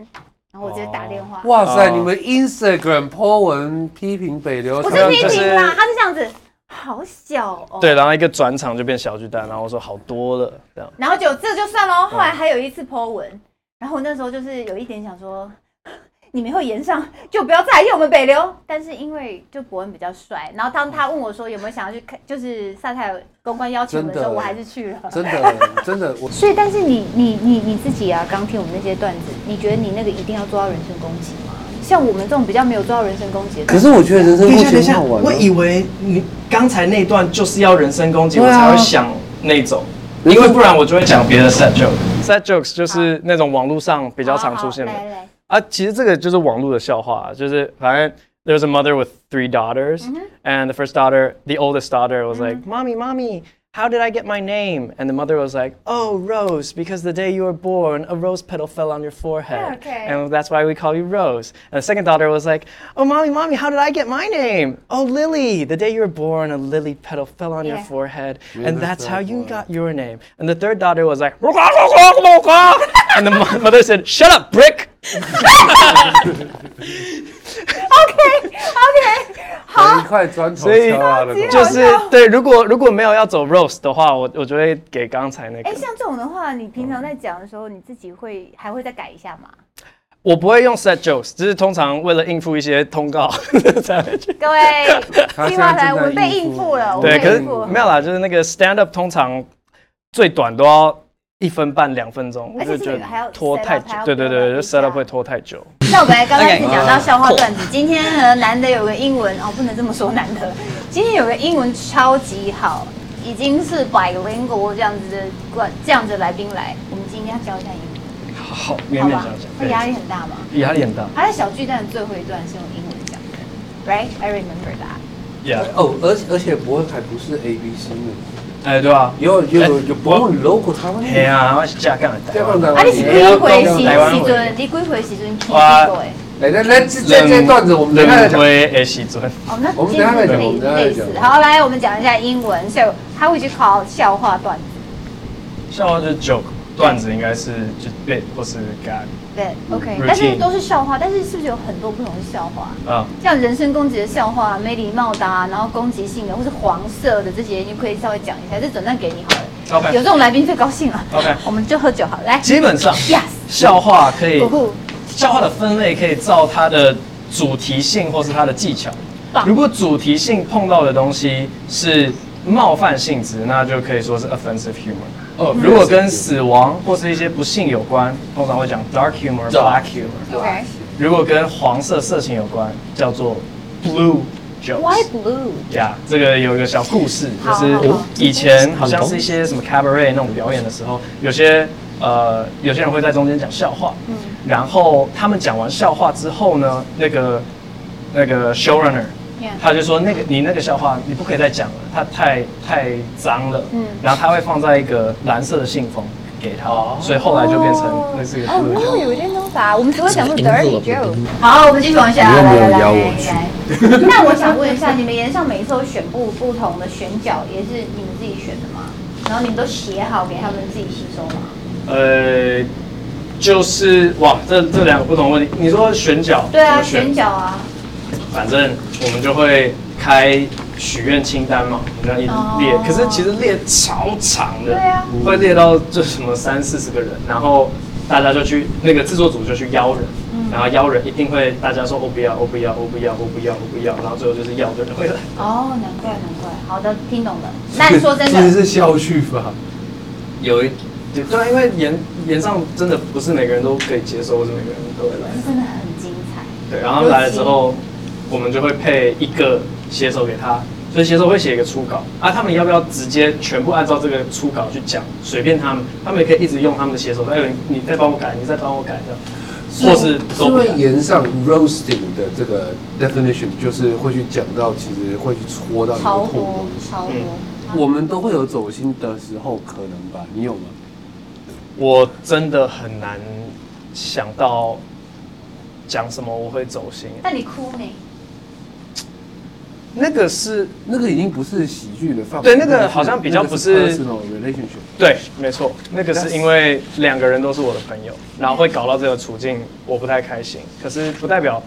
Speaker 6: 然后我就打电话，
Speaker 7: 哇塞
Speaker 4: 哦
Speaker 7: 你们 Instagram po 文批评北流，
Speaker 6: 我
Speaker 7: 常
Speaker 6: 是
Speaker 7: 常
Speaker 6: 批
Speaker 4: 就
Speaker 6: 评
Speaker 4: 是
Speaker 6: 啦，他是这样子，好小哦。
Speaker 4: 对，然后一个转场就变小巨蛋，然后我说好多了，这样。
Speaker 6: 然后就这就算了，后来还有一次 Po 文，然后我那时候就是有一点想说， 你们会延上就不要再来用我们北流，但是因为就博文比较帅，然后当他问我说有没有想要去看，就是萨泰尔公关邀请我的时候，
Speaker 7: 真的
Speaker 6: 我还是去了。
Speaker 7: 真的真的，我
Speaker 2: 所以，但是你你你你自己啊，刚听我们那些段子，你觉得你那个一定要做到人身攻击吗？像我们这种比较没有做到人身攻击的，
Speaker 7: 可是我觉得人生
Speaker 4: 等
Speaker 7: 目
Speaker 4: 一下，等
Speaker 7: 前
Speaker 4: 一
Speaker 7: 很
Speaker 4: 下，
Speaker 7: 好玩
Speaker 4: 我
Speaker 7: 啊。
Speaker 4: 以为你刚才那段就是要人身攻击，
Speaker 7: 对
Speaker 4: 我
Speaker 7: 啊
Speaker 4: 才会想那种，因为不然我就会讲别的 set joke。set jokes 就是那种网络上比较常出现的
Speaker 6: 好好来来，
Speaker 4: 啊。其实这个就是网络的笑话，就是反正 there's a mother with three daughters, and the first daughter, the oldest daughter, was like, "Mommy, mommy." How did I get my name? And the mother was like, Oh, Rose, because the day you were born, a rose petal fell on your forehead.
Speaker 6: Okay.
Speaker 4: And that's why we call you Rose. And the second daughter was like, Oh, mommy, mommy, how did I get my name? Oh, Lily. The day you were born, a lily petal fell on your forehead. and that's
Speaker 7: that's so
Speaker 4: how you
Speaker 7: funny.
Speaker 4: got your name. And the third daughter was like, And the mo- mother said, Shut up, brick.
Speaker 6: OK OK，好，
Speaker 7: 一块砖头
Speaker 4: 所以
Speaker 7: 敲啊那种，
Speaker 4: 就是对，如果如果没有要走 rose 的话，我我就会给刚才那个
Speaker 6: 哎，，像这种的话，你平常在讲的时候，你自己会还会再改一下吗？
Speaker 4: 我不会用 set jokes，只是通常为了应付一些通告 才会去。
Speaker 6: 各位，
Speaker 7: 他
Speaker 6: 计
Speaker 7: 现
Speaker 6: 划
Speaker 7: 在
Speaker 6: 来，
Speaker 7: 正
Speaker 6: 我
Speaker 7: 在
Speaker 6: 们被
Speaker 7: 应
Speaker 6: 应
Speaker 7: 付
Speaker 6: 付了，我们
Speaker 4: 对，
Speaker 6: 被
Speaker 4: 可是
Speaker 6: 应付了。
Speaker 4: 没有啦，就是那个 stand up 通常最短都要一分半两分钟，我
Speaker 6: 而且
Speaker 4: 就是觉得
Speaker 6: 还要
Speaker 4: 拖
Speaker 6: set up，
Speaker 4: 太久
Speaker 6: 还要。
Speaker 4: 对对
Speaker 6: build
Speaker 4: 对，
Speaker 6: up
Speaker 4: 就
Speaker 6: 一
Speaker 4: set up
Speaker 6: 下
Speaker 4: 会拖太久。
Speaker 6: 那我们来刚开始讲到笑话段子。今天呢，难得有个英文哦，不能这么说难得。今天有个英文超级好，已经是 bilingual 这样子的冠这样子的来宾来，我们今天要教一下英
Speaker 4: 好，勉勉
Speaker 6: 文，好吧
Speaker 4: 强？
Speaker 6: 会压
Speaker 4: 强。
Speaker 6: 力很大吗？
Speaker 4: 对压力很大。
Speaker 6: 他在小巨蛋的最后一段是用英文讲的，right? I remember that.
Speaker 4: Yeah，
Speaker 7: 哦，而且而且不会还不是 A B C 呢，
Speaker 4: 哎，对吧？
Speaker 7: 有有有
Speaker 4: 哎
Speaker 7: 不用 logo 台湾
Speaker 4: 嘿啊，我是架杠
Speaker 7: 台湾
Speaker 4: 的。
Speaker 7: 台
Speaker 6: 啊，
Speaker 7: 湾
Speaker 6: 你是几回时
Speaker 4: 台湾
Speaker 6: 时
Speaker 4: 话
Speaker 6: 阵？你几回时阵听
Speaker 4: 哇
Speaker 6: 过诶？
Speaker 7: 哎，那那这这这段子我们等一下再
Speaker 4: 人
Speaker 7: 讲。
Speaker 4: 归的时阵。
Speaker 6: 哦，那
Speaker 7: 我们
Speaker 6: 今天
Speaker 7: 等一下再讲我
Speaker 6: 类
Speaker 7: 们等一下再
Speaker 6: 类
Speaker 7: 讲
Speaker 6: 似。好，来，我们讲一下英文。So how would you call 笑话段子
Speaker 4: 笑话就是 joke，段子应该是就 bit 或是 gag
Speaker 6: ？OK，
Speaker 4: Routine
Speaker 6: 但是都是笑话，但是是不是有很多不同的笑话？
Speaker 4: 啊。
Speaker 6: 像人身攻击的笑话、没礼貌的、啊，然后攻击性的，或是黄色的这些，你可以稍微讲一下。这整段给你好了。
Speaker 7: 哎
Speaker 4: OK
Speaker 6: 有这种来宾最高兴了。
Speaker 4: OK
Speaker 6: 我们就喝酒好了。来
Speaker 4: 基本上
Speaker 6: ，Yes，哦
Speaker 4: 笑话可以
Speaker 6: 姑，姑，
Speaker 4: 笑话的分类可以照它的主题性或是它的技巧
Speaker 6: 棒。
Speaker 4: 如果主题性碰到的东西是冒犯性质，那就可以说是 offensive humor。
Speaker 7: 哦
Speaker 4: 如果跟死亡或是一些不幸有关，通常会讲 dark humor、black humor。
Speaker 6: OK
Speaker 4: 如果跟黄色色情有关，叫做 blue
Speaker 6: Why
Speaker 4: jokes。
Speaker 6: blue？
Speaker 4: 呀这个有一个小故事，就
Speaker 6: 好
Speaker 4: 是
Speaker 6: 好好
Speaker 4: 以前好像是一些什么 cabaret 那种表演的时候，有些呃有些人会在中间讲笑话，
Speaker 6: 嗯
Speaker 4: 然后他们讲完笑话之后呢，那个那个 showrunner。
Speaker 6: Yeah
Speaker 4: 他就说那个你那个笑话你不可以再讲了，它太太脏了。嗯，然后他会放在一个蓝色的信封给他，所以后来就变成那是一个
Speaker 6: 哦，
Speaker 4: blue
Speaker 6: 没
Speaker 4: joke
Speaker 6: 有有一天都法，我们只会讲说
Speaker 8: 这个
Speaker 6: dirty
Speaker 8: 英文
Speaker 6: joke。好，我们继续往下。
Speaker 7: 你又没有
Speaker 6: 来来
Speaker 7: 邀
Speaker 6: 来
Speaker 7: 我
Speaker 6: 来
Speaker 7: 去
Speaker 6: 来那我想问一下，你们岩上每一次都选不不同的选角，也是你们自己选的吗？然后你们都写好给他们自己吸收吗？
Speaker 4: 呃，就是哇，这这两个不同的问题，你说选角
Speaker 6: 对
Speaker 4: 怎
Speaker 6: 啊，
Speaker 4: 么
Speaker 6: 选角啊，
Speaker 4: 反正我们就会开许愿清单嘛，我们这样一列，
Speaker 6: 哦
Speaker 4: 可是其实列超长的，
Speaker 6: 对啊
Speaker 4: 会列到就什么三四十个人，然后大家就去那个制作组就去邀人，
Speaker 6: 嗯
Speaker 4: 然后邀人一定会大家说哦我不要，我不要，我不要，我不要，我不要，然后最后就是要的人会来。
Speaker 6: 哦，难怪难怪，好的，听懂了。那你说真
Speaker 7: 其实
Speaker 6: 的，
Speaker 7: 是消去法，
Speaker 4: 有一对对啊，因为演演上真的不是每个人都可以接受，或是每个人都会来。
Speaker 6: 真的很精彩。
Speaker 4: 对，然后来了之后，我们就会配一个写手给他，所以写手会写一个初稿啊。他们要不要直接全部按照这个初稿去讲？随便他们，他们也可以一直用他们的写手。哎，你你再帮我改，你再帮我改这样，或是都
Speaker 7: 因
Speaker 4: 不
Speaker 7: 为
Speaker 4: 改。
Speaker 7: 沿上 roasting 的这个 definition 就是会去讲到，其实会去戳到你的痛
Speaker 6: 超
Speaker 7: 的
Speaker 6: 多
Speaker 4: 嗯
Speaker 7: 东西。
Speaker 6: 超多，
Speaker 7: 我们都会有走心的时候，可能吧？你有吗？
Speaker 4: 我真的很难想到讲什么我会走心。
Speaker 6: 但你哭没？
Speaker 4: 那个是
Speaker 7: 那个已经不是喜剧的范
Speaker 4: 对
Speaker 7: 围，
Speaker 4: 那个好像比较不是
Speaker 7: personal relationship。
Speaker 4: 对，没错，嗯那个是因为两个人都是我的朋友，然后会搞到这个处境，我不太开心。可是不代表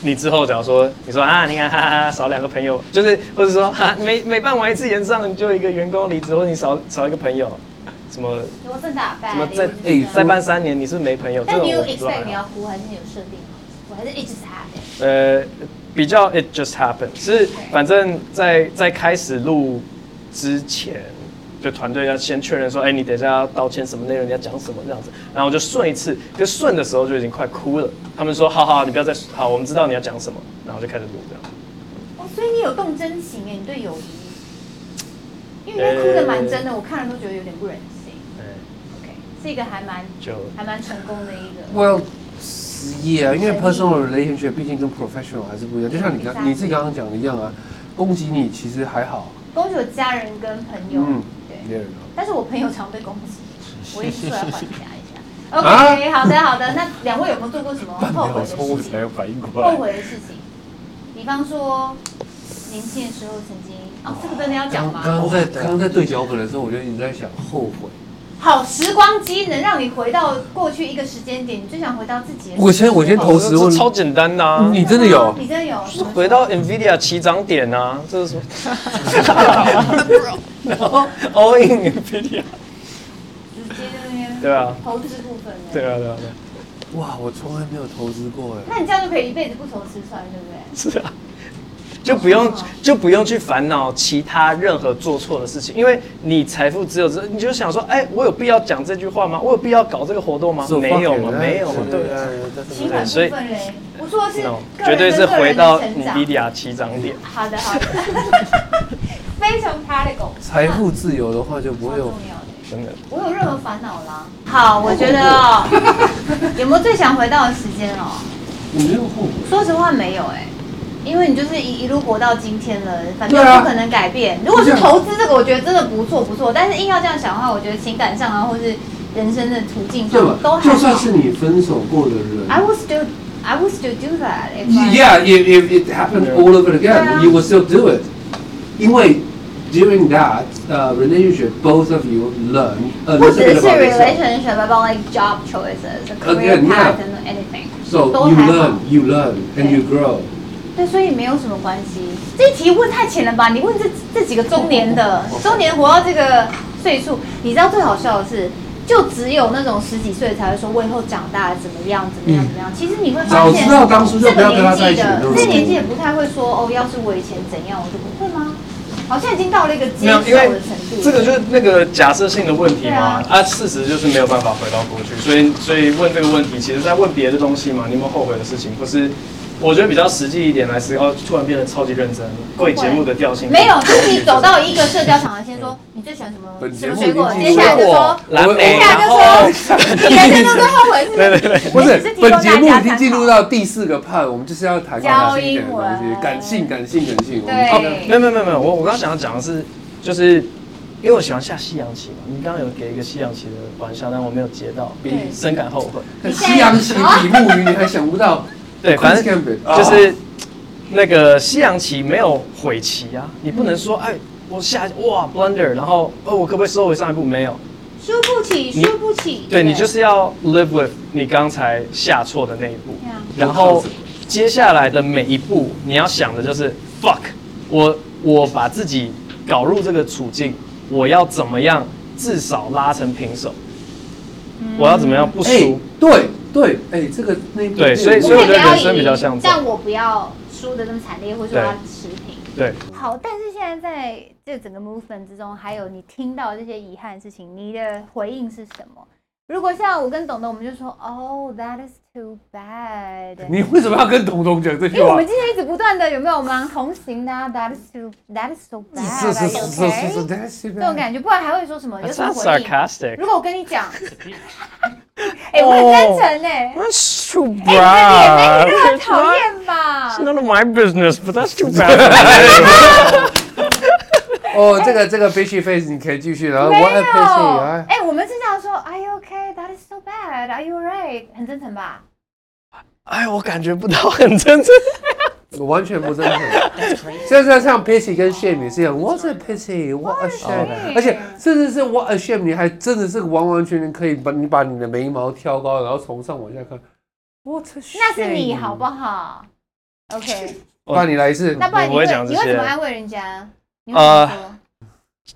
Speaker 4: 你之后，假如说你说啊，你看哈哈哈，少两个朋友，就是或者说啊，每每办完一次演唱，你就有一个员工离职，或者你少少一个朋友，什么
Speaker 6: 我正打败
Speaker 4: 什么再
Speaker 7: 哎
Speaker 4: 再办三年，你是没朋友，这
Speaker 6: 但
Speaker 4: 个
Speaker 6: 你有
Speaker 4: 我不知道啊
Speaker 6: expect 你
Speaker 4: 还好。
Speaker 6: 要哭还是你有设定好？我还是一直傻的。
Speaker 4: 呃，比较 it just happened，是反正在在开始录之前，就团队要先确认说，哎、你等一下要道歉什么内容，你要讲什么这样子，然后我就顺一次，就顺的时候就已经快哭了。他们说，好好，你不要再好，我们知道你要讲什么，然后就开始录这样。
Speaker 6: 哦，所以你有动真情哎，你对友谊，因为
Speaker 4: 呃
Speaker 6: 你哭的蛮真的，我看了都觉得有点不忍心。
Speaker 4: 对，
Speaker 6: OK，是一个还蛮
Speaker 4: 就
Speaker 6: 还蛮成功的一个。
Speaker 7: Well, yeah，因为 personal relationship 毕竟跟 professional 还是不一样，就像你刚
Speaker 6: Exactly.
Speaker 7: 你自己刚刚讲的一样啊，攻击你其实还好，
Speaker 6: 恭喜我家人跟朋友，
Speaker 7: 嗯
Speaker 6: 对，
Speaker 7: 没人
Speaker 6: 但是我朋友常被攻击，我也是出来还价一下。OK，、好的好的，那两位有没有做过什么后悔的事
Speaker 7: 我才
Speaker 6: 情？
Speaker 7: 有反应过
Speaker 6: 后
Speaker 7: 来。
Speaker 6: 悔的事情，比方说年轻的时候曾经，哦，这个真的要讲
Speaker 7: 刚
Speaker 6: 吗？
Speaker 7: 刚在刚刚在对脚本的时候，我就一直在想后悔。
Speaker 6: 好时光机能让你回到过去一个时间点，你最想回到自己的时候。
Speaker 7: 我先我先投十
Speaker 4: 这
Speaker 7: 问，
Speaker 4: 超啊简单呐、
Speaker 7: 你真的有？
Speaker 6: 你真的有？
Speaker 4: 就是回到 Nvidia 起涨点啊，这是什么？ 然后 all in Nvidia，
Speaker 6: 直接在那边
Speaker 4: 对啊，
Speaker 6: 投资部分呢？
Speaker 4: 对啊，对啊，对啊，
Speaker 7: 哇，我从来没有投资过哎。
Speaker 6: 那你这样就可以一辈子不愁吃穿，对不对？
Speaker 4: 是啊，就不用
Speaker 6: 好
Speaker 4: 就不用去烦恼其他任何做错的事情，因为你财富只有这，你就想说，哎、我有必要讲这句话吗？我有必要搞这个活动吗？没有嘛，没有嘛，对啊。
Speaker 6: 情感部
Speaker 4: 所以
Speaker 6: 分嘞，我说的是
Speaker 4: no，
Speaker 6: 个人
Speaker 4: 绝对是
Speaker 6: 跟个人
Speaker 4: 回
Speaker 6: 的
Speaker 4: 到
Speaker 6: 成
Speaker 4: 你
Speaker 6: 长
Speaker 4: d i d i a 起涨点。
Speaker 6: 好的 好的，非常 practical，
Speaker 7: 财富自由的话就不
Speaker 6: 超
Speaker 7: 会有
Speaker 6: 重要的。
Speaker 4: 真的，
Speaker 6: 我有任何烦恼啦？好，我觉得 哦，有没有最想回到的时间哦？
Speaker 7: 你没有后悔。
Speaker 6: 说实话没有哎、因为你就是一一路活到今天了，反
Speaker 7: 对
Speaker 6: 正
Speaker 7: 啊
Speaker 6: 不可能改变。如果是投资这个，我觉得真的不错不错，但是硬要这样想的话，我觉得情感上啊，或是人生的途径
Speaker 7: 对
Speaker 6: 上都
Speaker 7: 吧？
Speaker 6: 还
Speaker 7: 就
Speaker 6: 好。哎
Speaker 7: 算是你分手过的
Speaker 6: I
Speaker 7: 人
Speaker 6: would still I would still do that if I-
Speaker 7: ，Yeah, if if it happened all over
Speaker 6: 对
Speaker 7: again,
Speaker 6: 啊
Speaker 7: you would still do it. 因为 during that uh, relationship, both of you learn a
Speaker 6: 不
Speaker 7: little
Speaker 6: 只
Speaker 7: bit
Speaker 6: 是
Speaker 7: about yourself.
Speaker 6: relationship about like job choices, a career
Speaker 7: Again, yeah.
Speaker 6: path and anything.
Speaker 7: So
Speaker 6: 都
Speaker 7: you
Speaker 6: 还好
Speaker 7: learn, you learn, and you grow.
Speaker 6: 对，所以没有什么关系。这一题问太浅了吧？你问这这几个中年
Speaker 7: 哦
Speaker 6: 的，中年活到这个岁数，你知道最好笑的是，就只有那种十几岁才会说我以后长大了怎么样怎么样怎么样。其实你会
Speaker 7: 嗯
Speaker 6: 发
Speaker 7: 早
Speaker 6: 现，
Speaker 7: 知道当初就
Speaker 6: 这
Speaker 7: 不
Speaker 6: 个
Speaker 7: 要跟他
Speaker 6: 年
Speaker 7: 在一
Speaker 6: 纪
Speaker 7: 起
Speaker 6: 的
Speaker 7: 了，对不
Speaker 6: 这个年纪
Speaker 7: 对
Speaker 6: 也不太会说哦，要是我以前怎样，我就不会吗？好像已经到了一个接
Speaker 4: 没有，
Speaker 6: 受
Speaker 4: 因为
Speaker 6: 的程度。
Speaker 4: 这个就是那个假设性的问题嘛，
Speaker 6: 对
Speaker 4: 啊，事实就是没有办法回到过去，所以所以问这个问题，其实在问别的东西嘛，你有没有后悔的事情，或是我觉得比较实际一点来思考，突然变得超级认真，贵节目的调性
Speaker 6: 没有，就是你走到一个社交场合，先说你最喜欢什么什么水果，
Speaker 7: 本节目
Speaker 6: 接
Speaker 7: 已经
Speaker 6: 下来就说
Speaker 4: 果。蓝莓，
Speaker 6: 接下
Speaker 4: 然
Speaker 6: 来就
Speaker 4: 后
Speaker 6: 说你人生中最后悔是
Speaker 4: 对对对，
Speaker 7: 不是
Speaker 6: 只是提，供
Speaker 7: 本节目
Speaker 6: 大家
Speaker 7: 已经
Speaker 6: 参
Speaker 7: 进入
Speaker 6: 考
Speaker 7: 到第四个 part，我们就是要谈感性一点的东
Speaker 6: 教英文
Speaker 7: 西，感性、感性、感性。我们
Speaker 6: 对
Speaker 4: 哦，没有没有没有没有，我我刚刚想要讲的是，就是因为我喜欢下西洋棋嘛，你刚刚有给一个西洋棋的玩笑，但我没有接到，
Speaker 6: 对
Speaker 4: 深感后悔。
Speaker 7: 看西洋棋、比目鱼，你还想不到？
Speaker 4: 对，反
Speaker 7: Queen's
Speaker 4: 正
Speaker 7: Gambit，
Speaker 4: 就
Speaker 7: 啊
Speaker 4: 是那个西洋棋没有悔棋啊，你不能说哎，我下哇 blunder，然后哦我可不可以收回上一步？没有，
Speaker 6: 输不起，
Speaker 4: 你
Speaker 6: 输不起。
Speaker 4: 对你就是要 live with 你刚才下错
Speaker 6: 啊
Speaker 4: 的那一步，
Speaker 6: Yeah
Speaker 4: 然后接下来的每一步你要想的就是 fuck，我我把自己搞入这个处境，我要怎么样至少拉成平手？
Speaker 6: 嗯
Speaker 4: 我要怎么样不输？
Speaker 7: 哎，对对，哎，这个那部
Speaker 4: 对所以
Speaker 7: 那
Speaker 4: 所以
Speaker 7: 部
Speaker 4: 我觉得人生比较像这样
Speaker 6: 但我不要输的这么惨烈，或者说
Speaker 4: 对
Speaker 6: 要持平。
Speaker 4: 对，
Speaker 6: 好，但是现在在这整个 movement 之中，还有你听到这些遗憾的事情，你的回应是什么？如果像我跟董董，我们就说哦、t h a t is too bad。
Speaker 7: 你为什么要跟彤彤讲这
Speaker 6: 因
Speaker 7: 句
Speaker 6: 为
Speaker 4: 啊
Speaker 6: 哎我
Speaker 7: 话
Speaker 6: 们？今天一直不断的有没有忙同行的、啊、，that is too that is so bad，
Speaker 7: 是是是
Speaker 6: o
Speaker 7: 是
Speaker 6: k
Speaker 7: 是，但是
Speaker 6: 这种感觉，不然还会说什么？有
Speaker 4: That's
Speaker 6: 什么
Speaker 4: not
Speaker 6: 回应？
Speaker 4: 啊 sarcastic.
Speaker 6: 如果我跟你讲，哎、我很真诚哎、
Speaker 4: That's too bad.
Speaker 6: 哎、你这个很讨厌吧
Speaker 4: It's？none of my business, but that's too bad.
Speaker 7: 哦，这个这个 bitchy face 你可以继续，然后
Speaker 6: 没
Speaker 7: what a p p r e c i a
Speaker 6: 有
Speaker 7: t，哎，
Speaker 6: 哎、我们是这样说，Are you okay? That is so bad. Are you alright? 很真诚吧？
Speaker 4: 哎，我感觉不到很真诚。
Speaker 7: 我完全不真诚。现在像 pity 跟 shame 也是一样，what a pity，what a shame，
Speaker 6: shame
Speaker 7: 嗯而且甚至是 what a shame，你还真的是完完全全可以把你把你的眉毛挑高，然后从上往下看，what a shame，
Speaker 6: 那是你好不好？OK，
Speaker 7: 不然你来一次
Speaker 6: 那不然你
Speaker 4: 我不
Speaker 6: 会
Speaker 4: 会讲这
Speaker 6: 你会
Speaker 4: 些
Speaker 6: 怎么安慰人家？你会怎么说？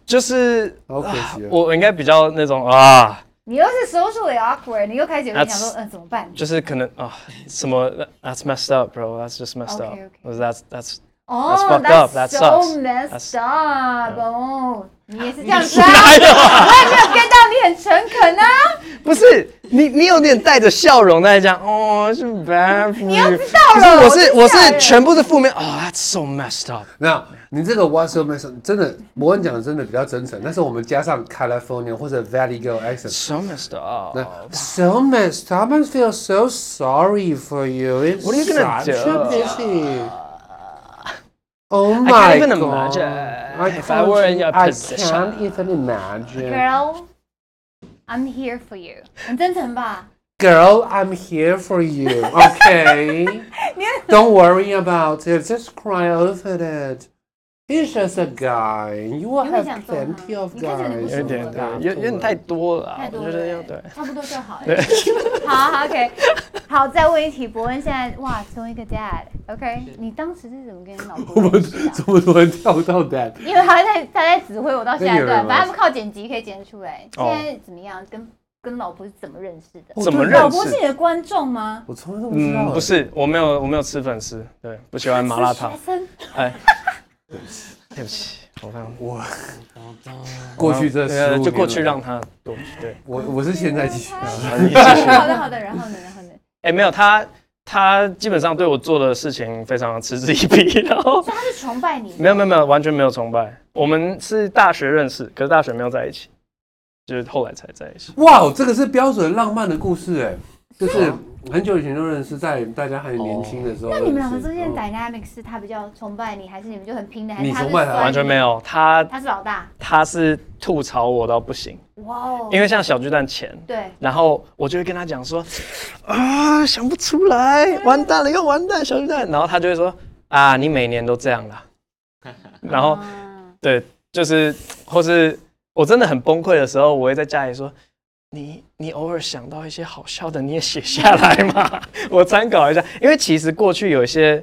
Speaker 4: 就是啊
Speaker 7: 好可惜啊了。
Speaker 4: 我应该比较那种啊，
Speaker 6: 你又是 socially awkward，你又开始有点想说，嗯、怎么办？
Speaker 4: 就是可能啊什么 That's messed up, bro. That's just messed up.
Speaker 6: Okay, okay.
Speaker 4: Or That's that's
Speaker 6: 哦
Speaker 4: That's fucked up. That
Speaker 6: so
Speaker 4: sucks.
Speaker 6: messed
Speaker 4: That's-
Speaker 6: up。哦，你也是这样子啊？
Speaker 4: 哪有啊？
Speaker 6: 我也没有 get 到你很诚恳啊！
Speaker 4: 不是你，你有点带着笑容在讲哦，是 bad for you。你
Speaker 6: 要知道
Speaker 4: 可是
Speaker 6: 了
Speaker 4: 我
Speaker 6: 我是
Speaker 4: 是我
Speaker 6: 吓人
Speaker 4: 是全部是负面哦，That's so messed up。
Speaker 7: 那你这个 What's Your Message 真的，伯恩讲的真的比较真诚，但是我们加上 California 或者 Valley Girl accent。
Speaker 4: So messed up.
Speaker 7: 那 So messed up and feel so sorry for you. It's
Speaker 4: What are you gonna
Speaker 7: such a
Speaker 4: do?
Speaker 7: pity. Oh
Speaker 4: I
Speaker 7: my
Speaker 4: can't even
Speaker 7: God.
Speaker 4: imagine
Speaker 7: I
Speaker 4: if I were in your
Speaker 7: can't-
Speaker 4: position.
Speaker 7: I can't even imagine.
Speaker 6: Girl, I'm here for you，很真诚吧？
Speaker 7: Girl, I'm here for you. Okay. Don't worry about it. Just cry over it. He's just a guy. You will
Speaker 6: 你会
Speaker 7: have
Speaker 6: 想做吗
Speaker 7: plenty of
Speaker 6: 你看起来有
Speaker 7: guys.
Speaker 6: 点不舒服吧？
Speaker 4: 有有点太多了啊，
Speaker 6: 太多
Speaker 4: 我
Speaker 6: 了
Speaker 4: 觉得要
Speaker 6: 欸
Speaker 4: 对，。
Speaker 6: 差不多就好了。好好，OK，好，再问一题，伯恩现在哇，成为一个 dad，OK，、你当时是怎么跟你老公认识 的啊？
Speaker 7: 怎么突然跳到 that？
Speaker 6: 因为他在他在指挥我到 下一
Speaker 7: 那有人
Speaker 6: 段，
Speaker 7: 吗
Speaker 6: 反正他们靠剪辑可以剪得出来。现
Speaker 4: 哦
Speaker 6: 在怎么样？跟跟老婆是怎么认识的？
Speaker 4: 怎么认
Speaker 6: 老婆
Speaker 4: 识
Speaker 6: 是？你的观众吗？
Speaker 7: 我从来都不知道欸、
Speaker 4: 嗯，不是，我没有，我没有吃粉丝，对，不喜欢麻辣烫
Speaker 6: 学。生
Speaker 4: 哎，对不起，我看呃
Speaker 7: 我，过去这十五
Speaker 4: 就过去让他多对。
Speaker 7: 嗯我我是现在继续。
Speaker 4: 嗯
Speaker 6: 好的好的，然后呢然后呢？
Speaker 4: 哎，没有他，他基本上对我做的事情非常嗤之以鼻， 然后
Speaker 6: 所以他是崇拜你，
Speaker 4: 没有没有没有，完全没有崇拜。我们是大学认识，可是大学没有在一起，就是后来才在一起。
Speaker 7: 哇，这个是标准浪漫的故事哎，就是很久以前就认识，在大家还年轻的时候认
Speaker 6: 那
Speaker 7: 识。
Speaker 6: 你们两个之间的
Speaker 7: 嗯
Speaker 6: dynamic 是他比较崇拜你，还是你们就很拼的？还是
Speaker 7: 你
Speaker 6: 他是
Speaker 7: 崇拜他
Speaker 6: 酸
Speaker 4: 完全没有，他
Speaker 6: 他是老大，
Speaker 4: 他是吐槽我到不行，
Speaker 6: 哇哦！
Speaker 4: 因为像小巨蛋前，
Speaker 6: 对，
Speaker 4: 然后我就会跟他讲说，啊，想不出来，完蛋了，又完蛋，小巨蛋。然后他就会说，啊，你每年都这样啦。然后
Speaker 6: 嗯
Speaker 4: 对，就是或是我真的很崩溃的时候，我会在家里说，你你偶尔想到一些好笑的，你也写下来嘛， 我参考一下。因为其实过去有一些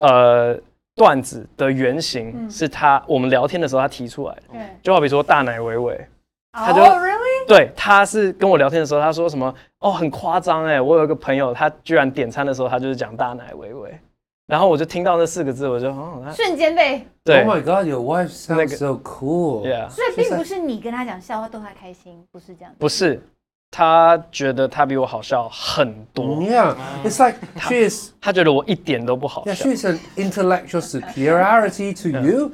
Speaker 4: 呃段子的原型是他、我们聊天的时候他提出来的，
Speaker 6: 对，
Speaker 4: 就好比说大奶维维。
Speaker 6: 他
Speaker 4: 就
Speaker 6: 嗯哦 really
Speaker 4: 对，他是跟我聊天的时候，他说什么哦，很夸张哎，我有一个朋友，他居然点餐的时候，他就是讲大奶维维，然后我就听到那四个字，我就哦，他
Speaker 6: 瞬间被，
Speaker 4: 对
Speaker 7: Oh my God, your wife
Speaker 4: 那
Speaker 7: sounds
Speaker 4: 个
Speaker 7: so cool.
Speaker 4: ，yeah，
Speaker 6: 所以并不是你跟他讲笑话逗他开心，不是这样。
Speaker 4: 不是，他觉得他比我好笑很多，
Speaker 7: Yeah, it's like she's
Speaker 4: 他觉得我一点都不好
Speaker 7: yeah
Speaker 4: 笑，
Speaker 7: she's an intellectual superiority to you,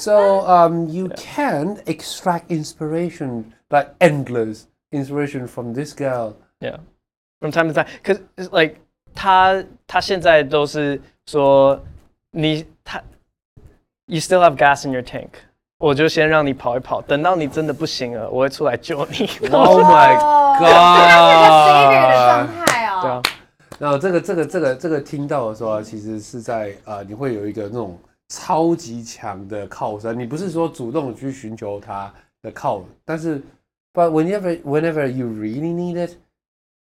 Speaker 7: so um you can extract inspiration like endless inspiration from this girl.
Speaker 4: Yeah. From time to time. 可是 it's like 他他现在都是说你他 you still have gas in your tank，我就先让你跑一跑，等到你真的不行了，我会出来救你。
Speaker 7: Oh my
Speaker 6: 哦
Speaker 7: God！
Speaker 6: 他是一个 savior 的状态哦。
Speaker 4: 对啊，
Speaker 7: 然后这个这个这个这个听到的时候啊，其实是在呃，你会有一个那种超级强的靠山，你不是说主动去寻求他的靠，但是 but whenever whenever you really need it。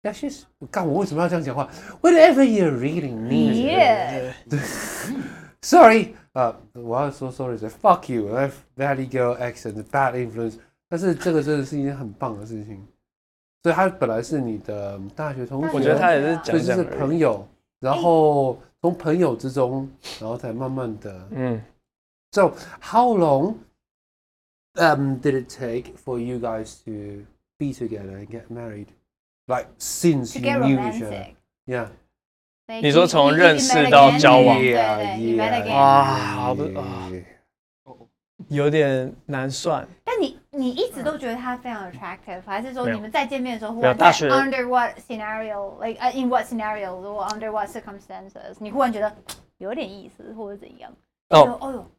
Speaker 7: 那些干我为什么要这样讲话？Whenever you really need it,
Speaker 6: Yeah.
Speaker 7: sorry, 呃，我要说 sorry 谁，fuck you，那 Valley Girl accent bad influence，但是这个真的是一件很棒的事情。所以他本来是你的大学同 学，
Speaker 4: 我觉得他也是
Speaker 7: 所
Speaker 4: 讲
Speaker 7: 以就
Speaker 4: 讲
Speaker 7: 是
Speaker 4: 而已
Speaker 7: 朋友，然后从朋友之中，然后才慢慢的。
Speaker 4: 嗯
Speaker 7: So how long um did it take for you guys to be together and get married? Like since
Speaker 6: to
Speaker 7: you
Speaker 6: get
Speaker 7: knew each other?
Speaker 6: romantic。
Speaker 7: Yeah.
Speaker 6: 所以
Speaker 4: 你说从
Speaker 6: you- you-
Speaker 4: 认
Speaker 6: you
Speaker 4: 识
Speaker 6: met
Speaker 4: 到
Speaker 6: again，
Speaker 4: 交往
Speaker 6: 对
Speaker 7: Yeah,
Speaker 6: 对，you met
Speaker 7: yeah.
Speaker 6: again。
Speaker 4: 哇好不啊
Speaker 7: Yeah.
Speaker 4: 有点难算。
Speaker 6: 但你你一直都觉得他非常 attractive，还是说
Speaker 4: 没有
Speaker 6: 你们再见面的时候，忽
Speaker 4: 没有
Speaker 6: 然在
Speaker 4: 大学
Speaker 6: under what scenario，like、in what scenario，如果 under what circumstances，你忽然觉得有点意思或者怎样？
Speaker 4: 哦
Speaker 6: 就哦呦，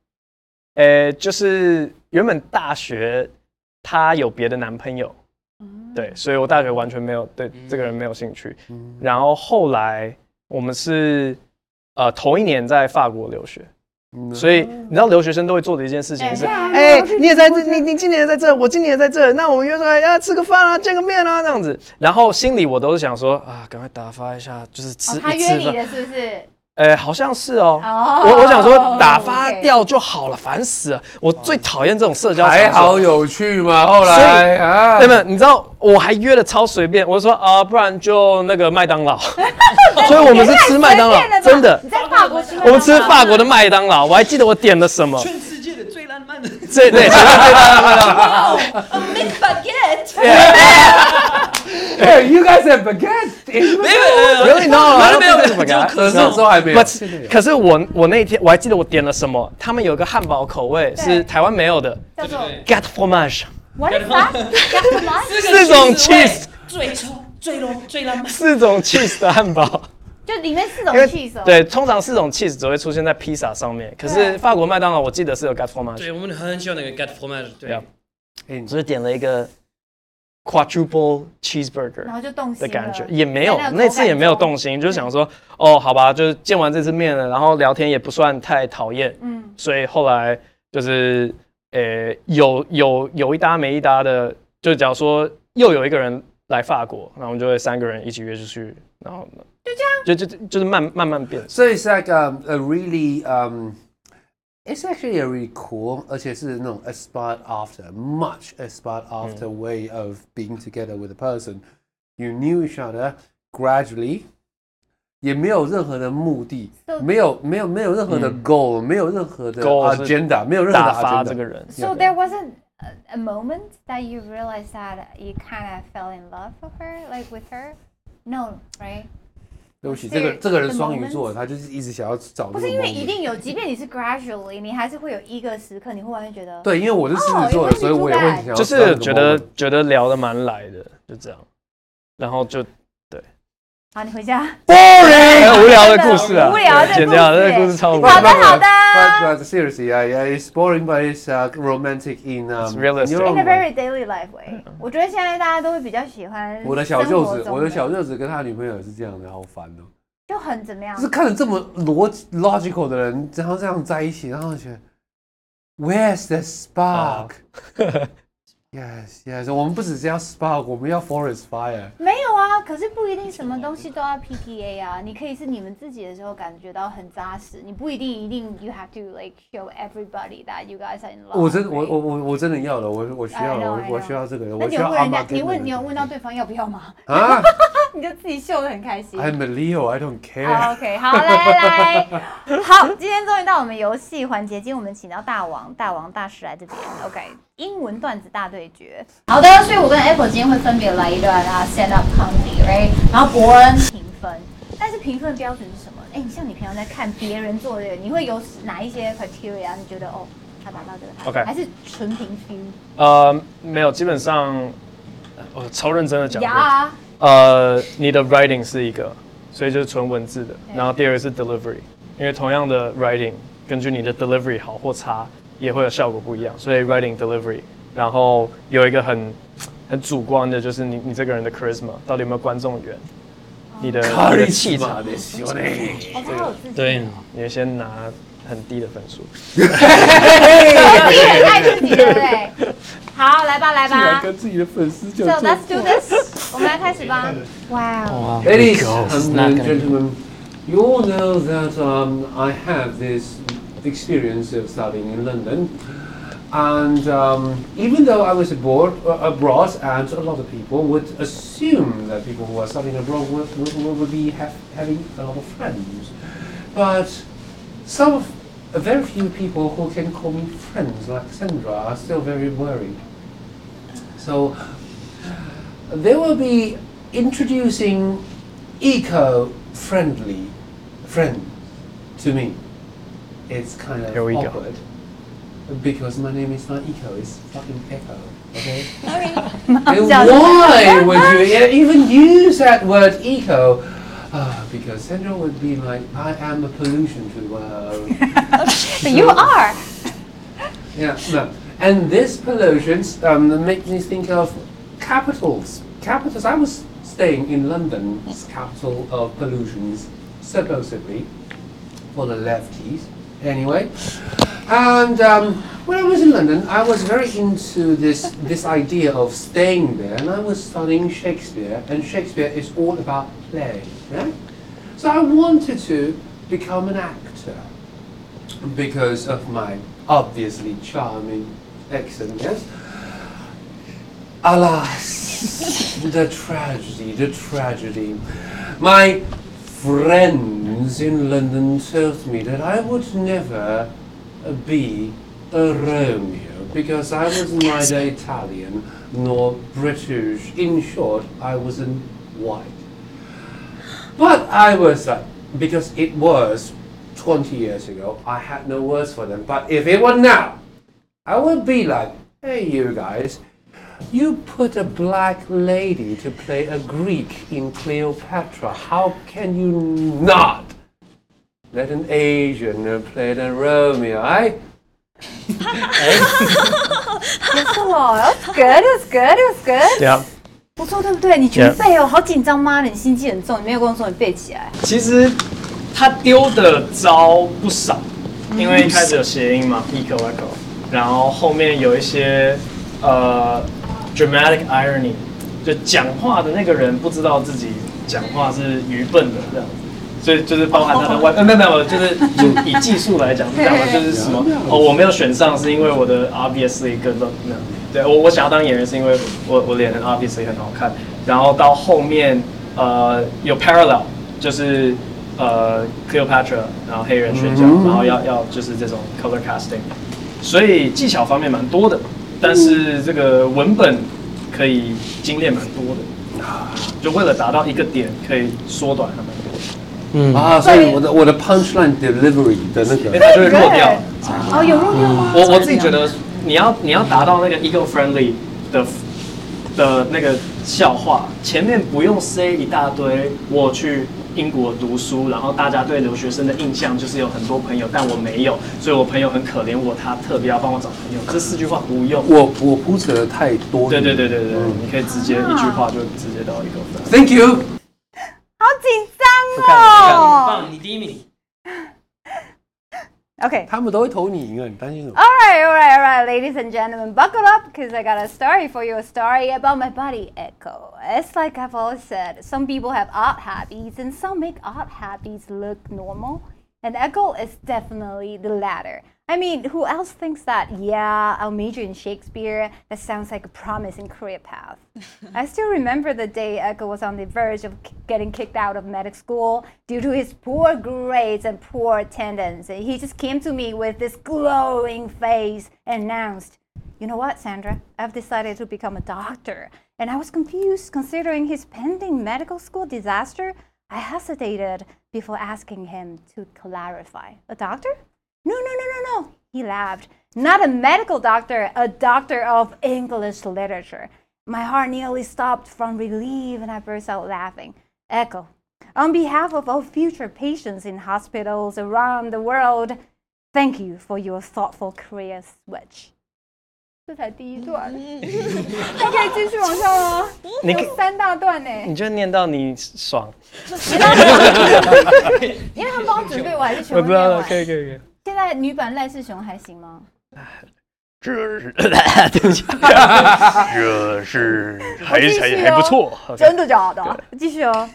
Speaker 4: 呃，就是原本大学她有别的男朋友，
Speaker 6: 哦
Speaker 4: 对，所以我大学完全没有对这个人没有兴趣。然后后来我们是呃头一年在法国留学，所以你知道留学生都会做的一件事情是，嗯哎、你也在这，你你今年也在这，我今年也在这，那我们约出来啊吃个饭啊，见个面啊这样子。然后心里我都是想说啊，赶快打发一下，就是吃、
Speaker 6: 哦，他
Speaker 4: 一
Speaker 6: 约
Speaker 4: 吃
Speaker 6: 你
Speaker 4: 饭。
Speaker 6: 的是不是？
Speaker 4: 哎，好像是哦。
Speaker 6: 哦
Speaker 4: 我我想说打
Speaker 6: OK 哦
Speaker 4: 发掉就好了，烦死了！我最讨厌这种社交场所。
Speaker 7: 还好有趣嘛，后来啊
Speaker 4: 那，么你知道我还约的超随便，我说啊、不然就那个麦当 劳，所以我们是吃麦当劳
Speaker 6: 随便了，吧
Speaker 4: 真的
Speaker 6: 你，在法国吃麦当劳，
Speaker 4: 我们吃法国的麦当劳，我还记得我点了什么，
Speaker 8: 全世界的最浪漫的，
Speaker 4: 这对，吃到最大的麦当劳，
Speaker 6: Miss baguette。
Speaker 7: Hey, you guys have baguette.
Speaker 4: 没有，你知道吗？
Speaker 8: 没有没有
Speaker 4: 怎么
Speaker 8: 就可
Speaker 7: 可是那时候还没有，现在有
Speaker 4: 可是我我那一天我还记得我点了什么，他们有一个汉堡口味是台湾没有的
Speaker 6: 叫做
Speaker 8: 对
Speaker 4: g a t fromage，
Speaker 6: What is that? That's a lie？
Speaker 4: 四 种 cheese
Speaker 8: 最臭、最浓、最浪漫。
Speaker 4: 四种 cheese 的汉堡。
Speaker 6: 就里面四种
Speaker 4: 因为
Speaker 6: cheese 哦。
Speaker 4: 对，通常四种 cheese 只会出现在披萨上面，可是
Speaker 6: 对
Speaker 4: 法国麦当劳我记得是有 g a t fromage，
Speaker 8: 对我们很喜欢那个 get fromage，对
Speaker 4: Yeah，只是点了一个 quadruple cheeseburger
Speaker 6: 然后就动心
Speaker 4: 的
Speaker 6: 了
Speaker 4: 感觉，也没有
Speaker 6: 在那个口
Speaker 4: 那次也没有
Speaker 6: 感中
Speaker 4: 动心，就是想说哦，好吧，就是见完这次面了，然后聊天也不算太讨厌，
Speaker 6: 嗯，
Speaker 4: 所以后来就是呃有有有一搭没一搭的，就假如说又有一个人来法国，然后我们就会三个人一起约出去，然后就这样，就就就是慢慢慢变。
Speaker 7: So it's like um, a really um, it's actually a really cool, 而且是那种 aspired after, much aspired after
Speaker 4: Mm.
Speaker 7: way of being together with a person. You knew each other gradually. 也没有任何的目的，
Speaker 6: So-
Speaker 7: 没有没有没有任何的 goal，、嗯、没有任何的
Speaker 4: Goal 是
Speaker 7: agenda，没有任何的
Speaker 4: 打发
Speaker 7: agenda。
Speaker 4: 这个人，
Speaker 6: So there wasn't a, a moment that you realized that you kind of fell in love with her, like with her. No, right?
Speaker 7: 对不起，
Speaker 6: there
Speaker 7: 这个这个人
Speaker 6: the
Speaker 7: 双鱼座，
Speaker 6: moment？
Speaker 7: 他就是一直想要找这
Speaker 6: 不
Speaker 7: 个
Speaker 6: 是因为
Speaker 7: moment
Speaker 6: 一定有，即便你是 gradually，你还是会有一个时刻，你忽然觉得，
Speaker 7: 对，因为我是狮
Speaker 6: 哦
Speaker 7: 子座的，
Speaker 6: 也会
Speaker 7: 所以我也
Speaker 6: 出
Speaker 7: 会
Speaker 6: 来
Speaker 7: 想要
Speaker 4: 就
Speaker 7: 找这
Speaker 4: 是
Speaker 7: 个
Speaker 4: 觉得
Speaker 7: moment
Speaker 4: 觉得聊得蛮来的，就这样，然后就
Speaker 6: 好，你回家。
Speaker 4: boring 无聊的故事啊，
Speaker 6: 无聊的
Speaker 4: 对
Speaker 6: 故事
Speaker 4: 剪掉这个故事超无
Speaker 6: 好的
Speaker 4: 聊。
Speaker 6: 好的
Speaker 7: But, but seriously, yeah, yeah, it's boring, but it's uh, romantic in um,
Speaker 4: It's realistic.
Speaker 7: your own
Speaker 6: In a
Speaker 7: way.
Speaker 6: very daily life way，我觉得现在大家都会比较喜欢
Speaker 7: 嗯我的小舅
Speaker 6: 生活
Speaker 7: 子，
Speaker 6: 中
Speaker 7: 我的小舅子跟他女朋友也是这样的，好烦哦、
Speaker 6: 就很怎么样
Speaker 7: 就？是看着这么逻辑 logical 的人，然后这样在一起，然后觉得 Where's the spark?、yes, yes，我们不只是要 spark，我们要 forest fire。
Speaker 6: 没有啊，可是不一定什么东西都要 PTA 啊，你可以是你们自己的时候感觉到很扎实，你不一定一定 you have to like show everybody that you guys are in love。
Speaker 7: 我真我我我我真的要了，我我需要
Speaker 6: I know,
Speaker 7: 了，我
Speaker 6: I know.
Speaker 7: 我需要这个人，
Speaker 6: 那
Speaker 7: 我
Speaker 6: 你
Speaker 7: 需
Speaker 6: 有
Speaker 7: 要
Speaker 6: 问
Speaker 7: 阿
Speaker 6: 人
Speaker 7: 妈
Speaker 6: 家，
Speaker 7: 给
Speaker 6: 你
Speaker 7: 我的
Speaker 6: 问你有问到对方要不要吗？
Speaker 7: 啊
Speaker 6: 你就自己秀的很开心。
Speaker 7: ？I'm a Leo, I don't care.
Speaker 6: 好 OK，好，来来，好，今天终于到我们游戏环节，今天我们请到大王、大王、大师来这边。OK，英文段子大对决。好的，所以我跟 Apple 今天会分别来一段啊 stand up comedy，right？然后伯恩评分，但是评分标准是什么？哎，像你平常在看别人做的，你会有哪一些 criteria？你觉得哦，他达到这个
Speaker 4: OK
Speaker 6: 还是纯凭 feel
Speaker 4: 呃，没有，基本上呃我超认真的讲过，
Speaker 6: 呀？
Speaker 4: 呃，你的 writing 是一个，所以就是纯文字的，然后第二个是 delivery，因为同样的 writing，根据你的 delivery 好或差，也会有效果不一样，所以 writing delivery，然后有一个很很主观的，就是你你这个人的 charisma 到底有没有观众缘，你的你的气场。
Speaker 6: 哦，他有自己，
Speaker 8: 对，
Speaker 4: 你先拿很低的分数。
Speaker 6: 自己很爱自己，对不对？好，来吧，来吧。
Speaker 7: 跟自己的粉丝就
Speaker 6: So let's do this，我们来开始吧。哇哦！
Speaker 7: Ladies and gentlemen, you all know that um, I have this experience of studying in London. And um, even though I was abroad, uh, abroad, and a lot of people would assume that people who are studying abroad would, would, would be have, having a lot of friends. But some of, a very few people who can call me friends, like Sandra, are still very worried. So they will be introducing eco-friendly friends to me. It's kind of
Speaker 4: Here we go.
Speaker 7: awkward because my name is not Eco, it's fucking Echo. Okay. And why would you e- even use that word eco? Uh, because Sandra would be like, I am a pollution to the world.
Speaker 6: But you are.
Speaker 7: Yeah, no. And this pollution um, makes me think of capitals. Capitals. I was staying in London, it's capital of pollutions, supposedly, for the lefties. Anyway, and um, when I was in London, I was very into this this idea of staying there, and I was studying Shakespeare, and Shakespeare is all about play, right? So I wanted to become an actor because of my obviously charming accent, yes? Alas, the tragedy, the tragedy. My friends in London told me that I would never uh, be a Romeo because I was neither Italian nor British. In short, I wasn't white. But I was like, because it was 20 years ago, I had no words for them. But if it were now, I would be like, hey, you guys, you put a black lady to play a Greek in Cleopatra. How can you not let an Asian uh, play the Romeo? I,
Speaker 6: Wow, that's good, that's good, that's good.
Speaker 4: Yeah，
Speaker 6: 不错，对不对？你全背哦，好紧张吗？你心机很重，你没有跟我说你背起来。
Speaker 4: 其实他丢的招不少，因为一开始有谐音嘛，eco eco，然后后面有一些呃 dramatic irony，就讲话的那个人不知道自己讲话是愚笨的这样子。所以就是包含他的外，呃没有没有，就是就以技术来讲是这样的，就是什么哦，我没有选上是因为我的 obviously good look 那样，对我我想要当演员是因为我我脸很 obviously 很好看，然后到后面呃有 parallel 就是呃 Cleopatra，然后黑人选角，然后要要就是这种 color casting，所以技巧方面蛮多的，但是这个文本可以精炼蛮多的，就为了达到一个点可以缩短还蛮多的。Hmm.
Speaker 7: 啊，所以我的我的 punchline delivery 的那
Speaker 4: 因为
Speaker 7: 个，
Speaker 4: 它就会弱掉。
Speaker 6: 哦，有肉掉吗？
Speaker 4: 我我自己觉得，你要你要达到那个 ego friendly 的的那个笑话，前面不用 say 一大堆，我去英国读书，然后大家对留学生的印象就是有很多朋友，但我没有，所以我朋友很可怜我，他特别要帮我找朋友。这四句话不用。
Speaker 7: 我我铺陈的太多了。
Speaker 4: 对对对对对，你可以直接一句话就直接到 ego friendly。
Speaker 7: ，Thank you。
Speaker 6: 好紧
Speaker 4: 不看了不看
Speaker 6: 张
Speaker 4: 了
Speaker 6: 哦。
Speaker 9: 棒，你第一名。
Speaker 6: OK.
Speaker 7: 他们都会投你赢啊，你担心什么？
Speaker 6: All right, all right, all right, ladies and gentlemen, buckle up because I got a story for you, a story about my body echo. It's like I've always said, some people have odd habits and some make odd habits look normal. And echo is definitely the latter. I mean, who else thinks that, yeah, I'll major in Shakespeare? That sounds like a promising career path. I still remember the day Echo was on the verge of k- getting kicked out of medic school due to his poor grades and poor attendance. And he just came to me with this glowing face and announced, You know what, Sandra? I've decided to become a doctor. And I was confused considering his pending medical school disaster. I hesitated before asking him to clarify. A doctor? No, no, no, no, no. He laughed. Not a medical doctor, a doctor of English literature. My heart nearly stopped from relief and I burst out laughing. Echo. On behalf of all future patients in hospitals around the world, thank you for your thoughtful career switch. 这才第一段， 还可以继续往下吗？
Speaker 4: 你
Speaker 6: 有三大段呢，
Speaker 4: 你就念到你爽，
Speaker 10: 因为他帮我准备，我还是全
Speaker 4: 我
Speaker 10: 部
Speaker 4: 知
Speaker 10: 念
Speaker 4: 道了，
Speaker 6: 哎
Speaker 10: 完。
Speaker 4: 可以可以可以。
Speaker 10: 现在女版赖世雄还行吗？
Speaker 4: 这 对不起，这是还
Speaker 6: 继续哦
Speaker 4: 还还不错。OK
Speaker 6: 真的假的？继续哦。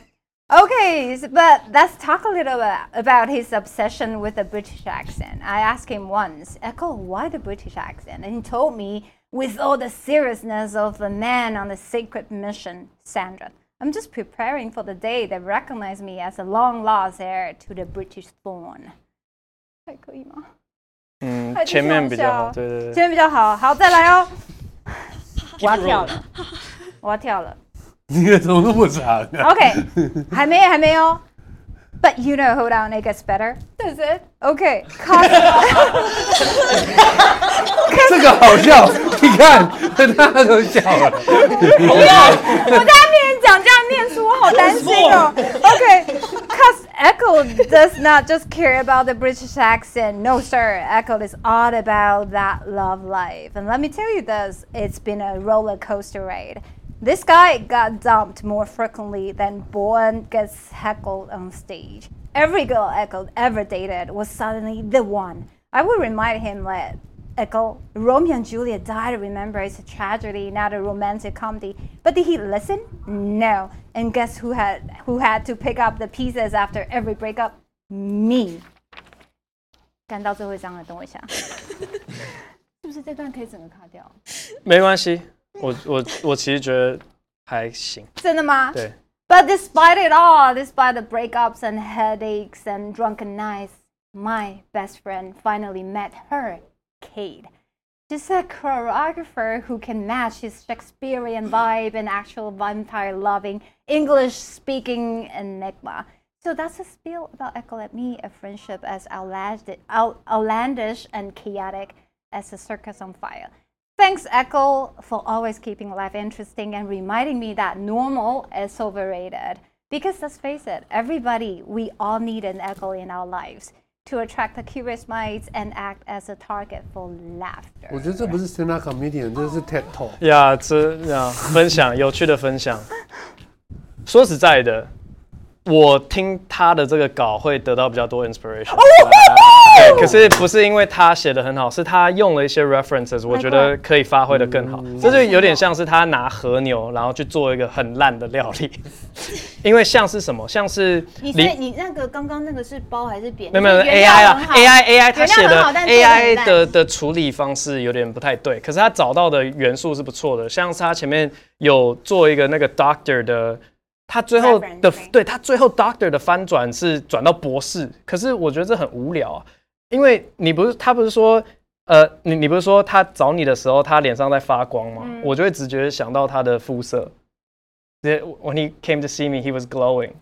Speaker 6: Okay, s- but let's talk a little bit about his obsession with the British accent. I asked him once, Echo, why the British accent? And he told me, with all the seriousness of the man on the sacred mission, Sandra, I'm just preparing for the day they recognize me as a long lost heir to the British throne. 还可以吗？
Speaker 4: 嗯
Speaker 6: 还，是
Speaker 4: 前面
Speaker 6: 上
Speaker 4: 比较
Speaker 6: 下
Speaker 4: 好，对对对，
Speaker 6: 前面比较好，好，再来 哦。我要 跳了，我要跳了。
Speaker 7: 你的怎么那么长啊？
Speaker 6: Okay. 还没还没哦。But you know who down it gets better. Does it? Okay. Cos-
Speaker 7: 这个好笑，你看，他都笑了。
Speaker 6: 我在那边讲，这样念书，我好担心哦。Okay. Cause Echo does not just care about the British accent. No, sir. Echo is all about that love life. And let me tell you this, it's been a roller coaster ride. This guy got dumped more frequently than Bowen gets heckled on stage. Every girl Echo ever dated was suddenly the one. I would remind him that Echo, Romeo and Juliet died, remember, it's a tragedy, not a romantic comedy. But did he listen? No. And guess who had who had to pick up the pieces after every breakup? Me. 干到最后一张了，等我一下。是不是这段可以整个卡掉？真的吗？
Speaker 4: 没关系，我我我其实觉得还行，对。
Speaker 6: But despite it all, despite the breakups and headaches and drunken nights, my best friend finally met her, Cade. She's a choreographer who can match his Shakespearean vibe and actual vampire loving, English speaking enigma. So that's a spiel about Echo and Me, a friendship as outlandish, out- outlandish and chaotic as a circus on fire. Thanks, Echo, for always keeping life interesting and reminding me that normal is overrated. Because let's face it, everybody, we all need an Echo in our lives to attract the curious minds and act as a target for laughter.
Speaker 7: 我觉得这不是 stand up comedian，这是 TED talk。
Speaker 4: 呀，这呀，分享有趣的分享。说实在的，我听他的这个稿会得到比较多 inspiration。对，可是不是因为他写的很好，是他用了一些 references，我觉得可以发挥的更好。这就有点像是他拿和牛，然后去做一个很烂的料理。 因为像是什么，像是
Speaker 2: 你
Speaker 4: 梨
Speaker 2: 是你那个刚刚那个是包还是扁？
Speaker 4: 没有没有
Speaker 2: 你原
Speaker 4: AI
Speaker 2: 料
Speaker 4: 啊
Speaker 2: 很好
Speaker 4: ，AI AI 它
Speaker 2: 原料
Speaker 4: 写的
Speaker 2: 很好但做得很
Speaker 4: AI
Speaker 2: 烂
Speaker 4: 的的处理方式有点不太对，可是它找到的元素是不错的，像是它前面有做一个那个 Doctor 的，它最后
Speaker 2: Reference，
Speaker 4: 的
Speaker 2: 对
Speaker 4: 对它最后 Doctor 的翻转是转到博士，可是我觉得这很无聊啊，因为你不是他不是说。呃，你你不是说他找你的时候，他脸上在发光吗？
Speaker 2: 嗯
Speaker 4: 我就会直觉地想到他的肤色。The- When he came to see me, he was glowing.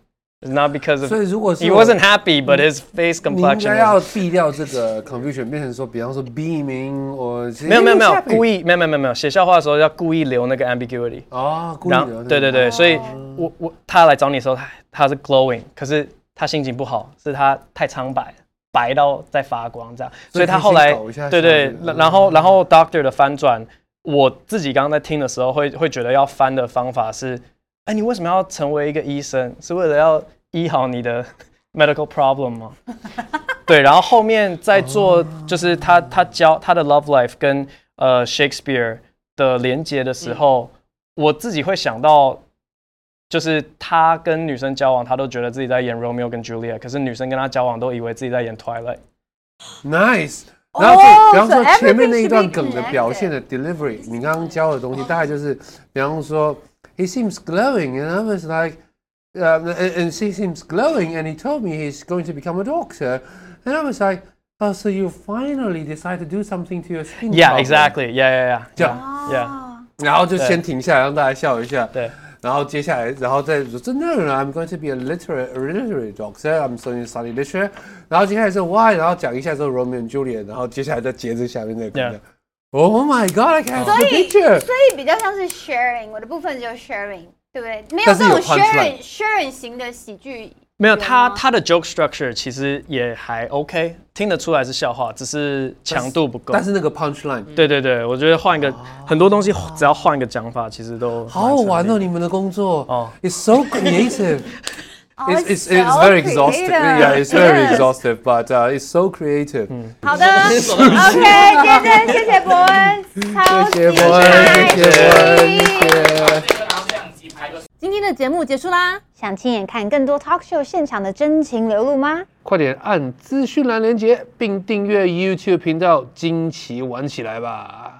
Speaker 4: It's not because of
Speaker 7: 所以如果是
Speaker 4: he
Speaker 7: 我
Speaker 4: wasn't happy, but his face
Speaker 7: 你应
Speaker 4: complexion.
Speaker 7: 该
Speaker 4: was-
Speaker 7: 要避掉这个 confusion，变成说，比方说 beaming 或
Speaker 4: 没有没有没有故
Speaker 7: 意
Speaker 4: 意没有没有没有没有写笑话的时候要故意留那个 ambiguity，
Speaker 7: 哦，故意
Speaker 4: 然后
Speaker 7: 的
Speaker 4: 对对对，所以我我他来找你的时候，他他是 glowing，可是他心情不好，是他太苍白了，白到在发光这样，所
Speaker 7: 所以
Speaker 4: 以他后来
Speaker 7: 可以搞一下
Speaker 4: 对对
Speaker 7: 笑，点
Speaker 4: 然然后然后 doctor 的翻转，我自己刚刚在听的时候会会觉得要翻的方法是，哎，你为什么要成为一个医生？是为了要医好你的 medical problem 吗？ 对，然后后面再做
Speaker 7: 哦
Speaker 4: 就是他他教他的 love life 跟呃 Shakespeare 的连接的时候，我自己会想到，就是他跟女生交往，他都觉得自己在演 Romeo 跟 Juliet，可是女生跟他交往都以为自己在演 Twilight。
Speaker 7: nice。然后
Speaker 6: 哦
Speaker 7: 这，比方说
Speaker 6: Oh， so everything
Speaker 7: 前面那一段
Speaker 6: should be
Speaker 7: 梗的表现的 delivery，你刚刚教的东西大概就是，比方说，he seems glowing and I was like，呃、and she seems glowing and he told me he's going to become a doctor and I was like。Oh, so you finally decide to do something to your skin?
Speaker 4: Yeah,
Speaker 7: problem.
Speaker 4: exactly. Yeah, yeah, yeah.
Speaker 7: 这
Speaker 4: Yeah,
Speaker 7: 样，
Speaker 4: yeah.
Speaker 7: 然后就先停下来让大家笑一下。
Speaker 4: 对。
Speaker 7: 然后接下来，然后再说，真的，I'm 啊 going to be a literary a literary doctor. I'm going to study literature. 然后接下来是 why，然后讲一下之后 Romeo and Juliet，然后接下来再接着下面那个
Speaker 4: Yeah.。
Speaker 7: Oh my God! I can have the
Speaker 2: 所以
Speaker 7: picture.
Speaker 2: 所以比较像是 sharing，我的部分就是 sharing，对不对？没有
Speaker 7: 但是
Speaker 2: 这种
Speaker 7: 有
Speaker 2: sharing
Speaker 7: punchline
Speaker 2: sharing 型的喜剧，
Speaker 4: 没有他
Speaker 2: 吗
Speaker 4: 他的 joke structure 其实也还 OK，听得出来是笑话，只是强度不够。
Speaker 7: 但是那个 punchline
Speaker 4: 对对对，我觉得换一个、很多东西，只要换一个讲法，其实都蛮
Speaker 7: 好好玩
Speaker 4: 成
Speaker 7: 哦！
Speaker 4: 立的。
Speaker 7: 你们的工作
Speaker 4: 哦
Speaker 7: ，It's so creative. It's it's it's
Speaker 2: Oh, so
Speaker 7: very exhaustive.
Speaker 2: creative.
Speaker 7: Yeah, it's very exhaustive, but uh, it's so creative.
Speaker 4: Hmm.
Speaker 2: 好的啊，OK，接着谢谢伯恩，超级
Speaker 7: 谢谢伯恩
Speaker 2: 开
Speaker 7: 谢谢伯恩
Speaker 2: 心
Speaker 7: 谢谢。
Speaker 2: 今天的
Speaker 11: 节目结束啦。
Speaker 2: 想亲眼看更多 talk show 现场的真情流露吗？
Speaker 5: 快点按资讯栏连接，并订阅 YouTube 频道，惊奇玩起来吧！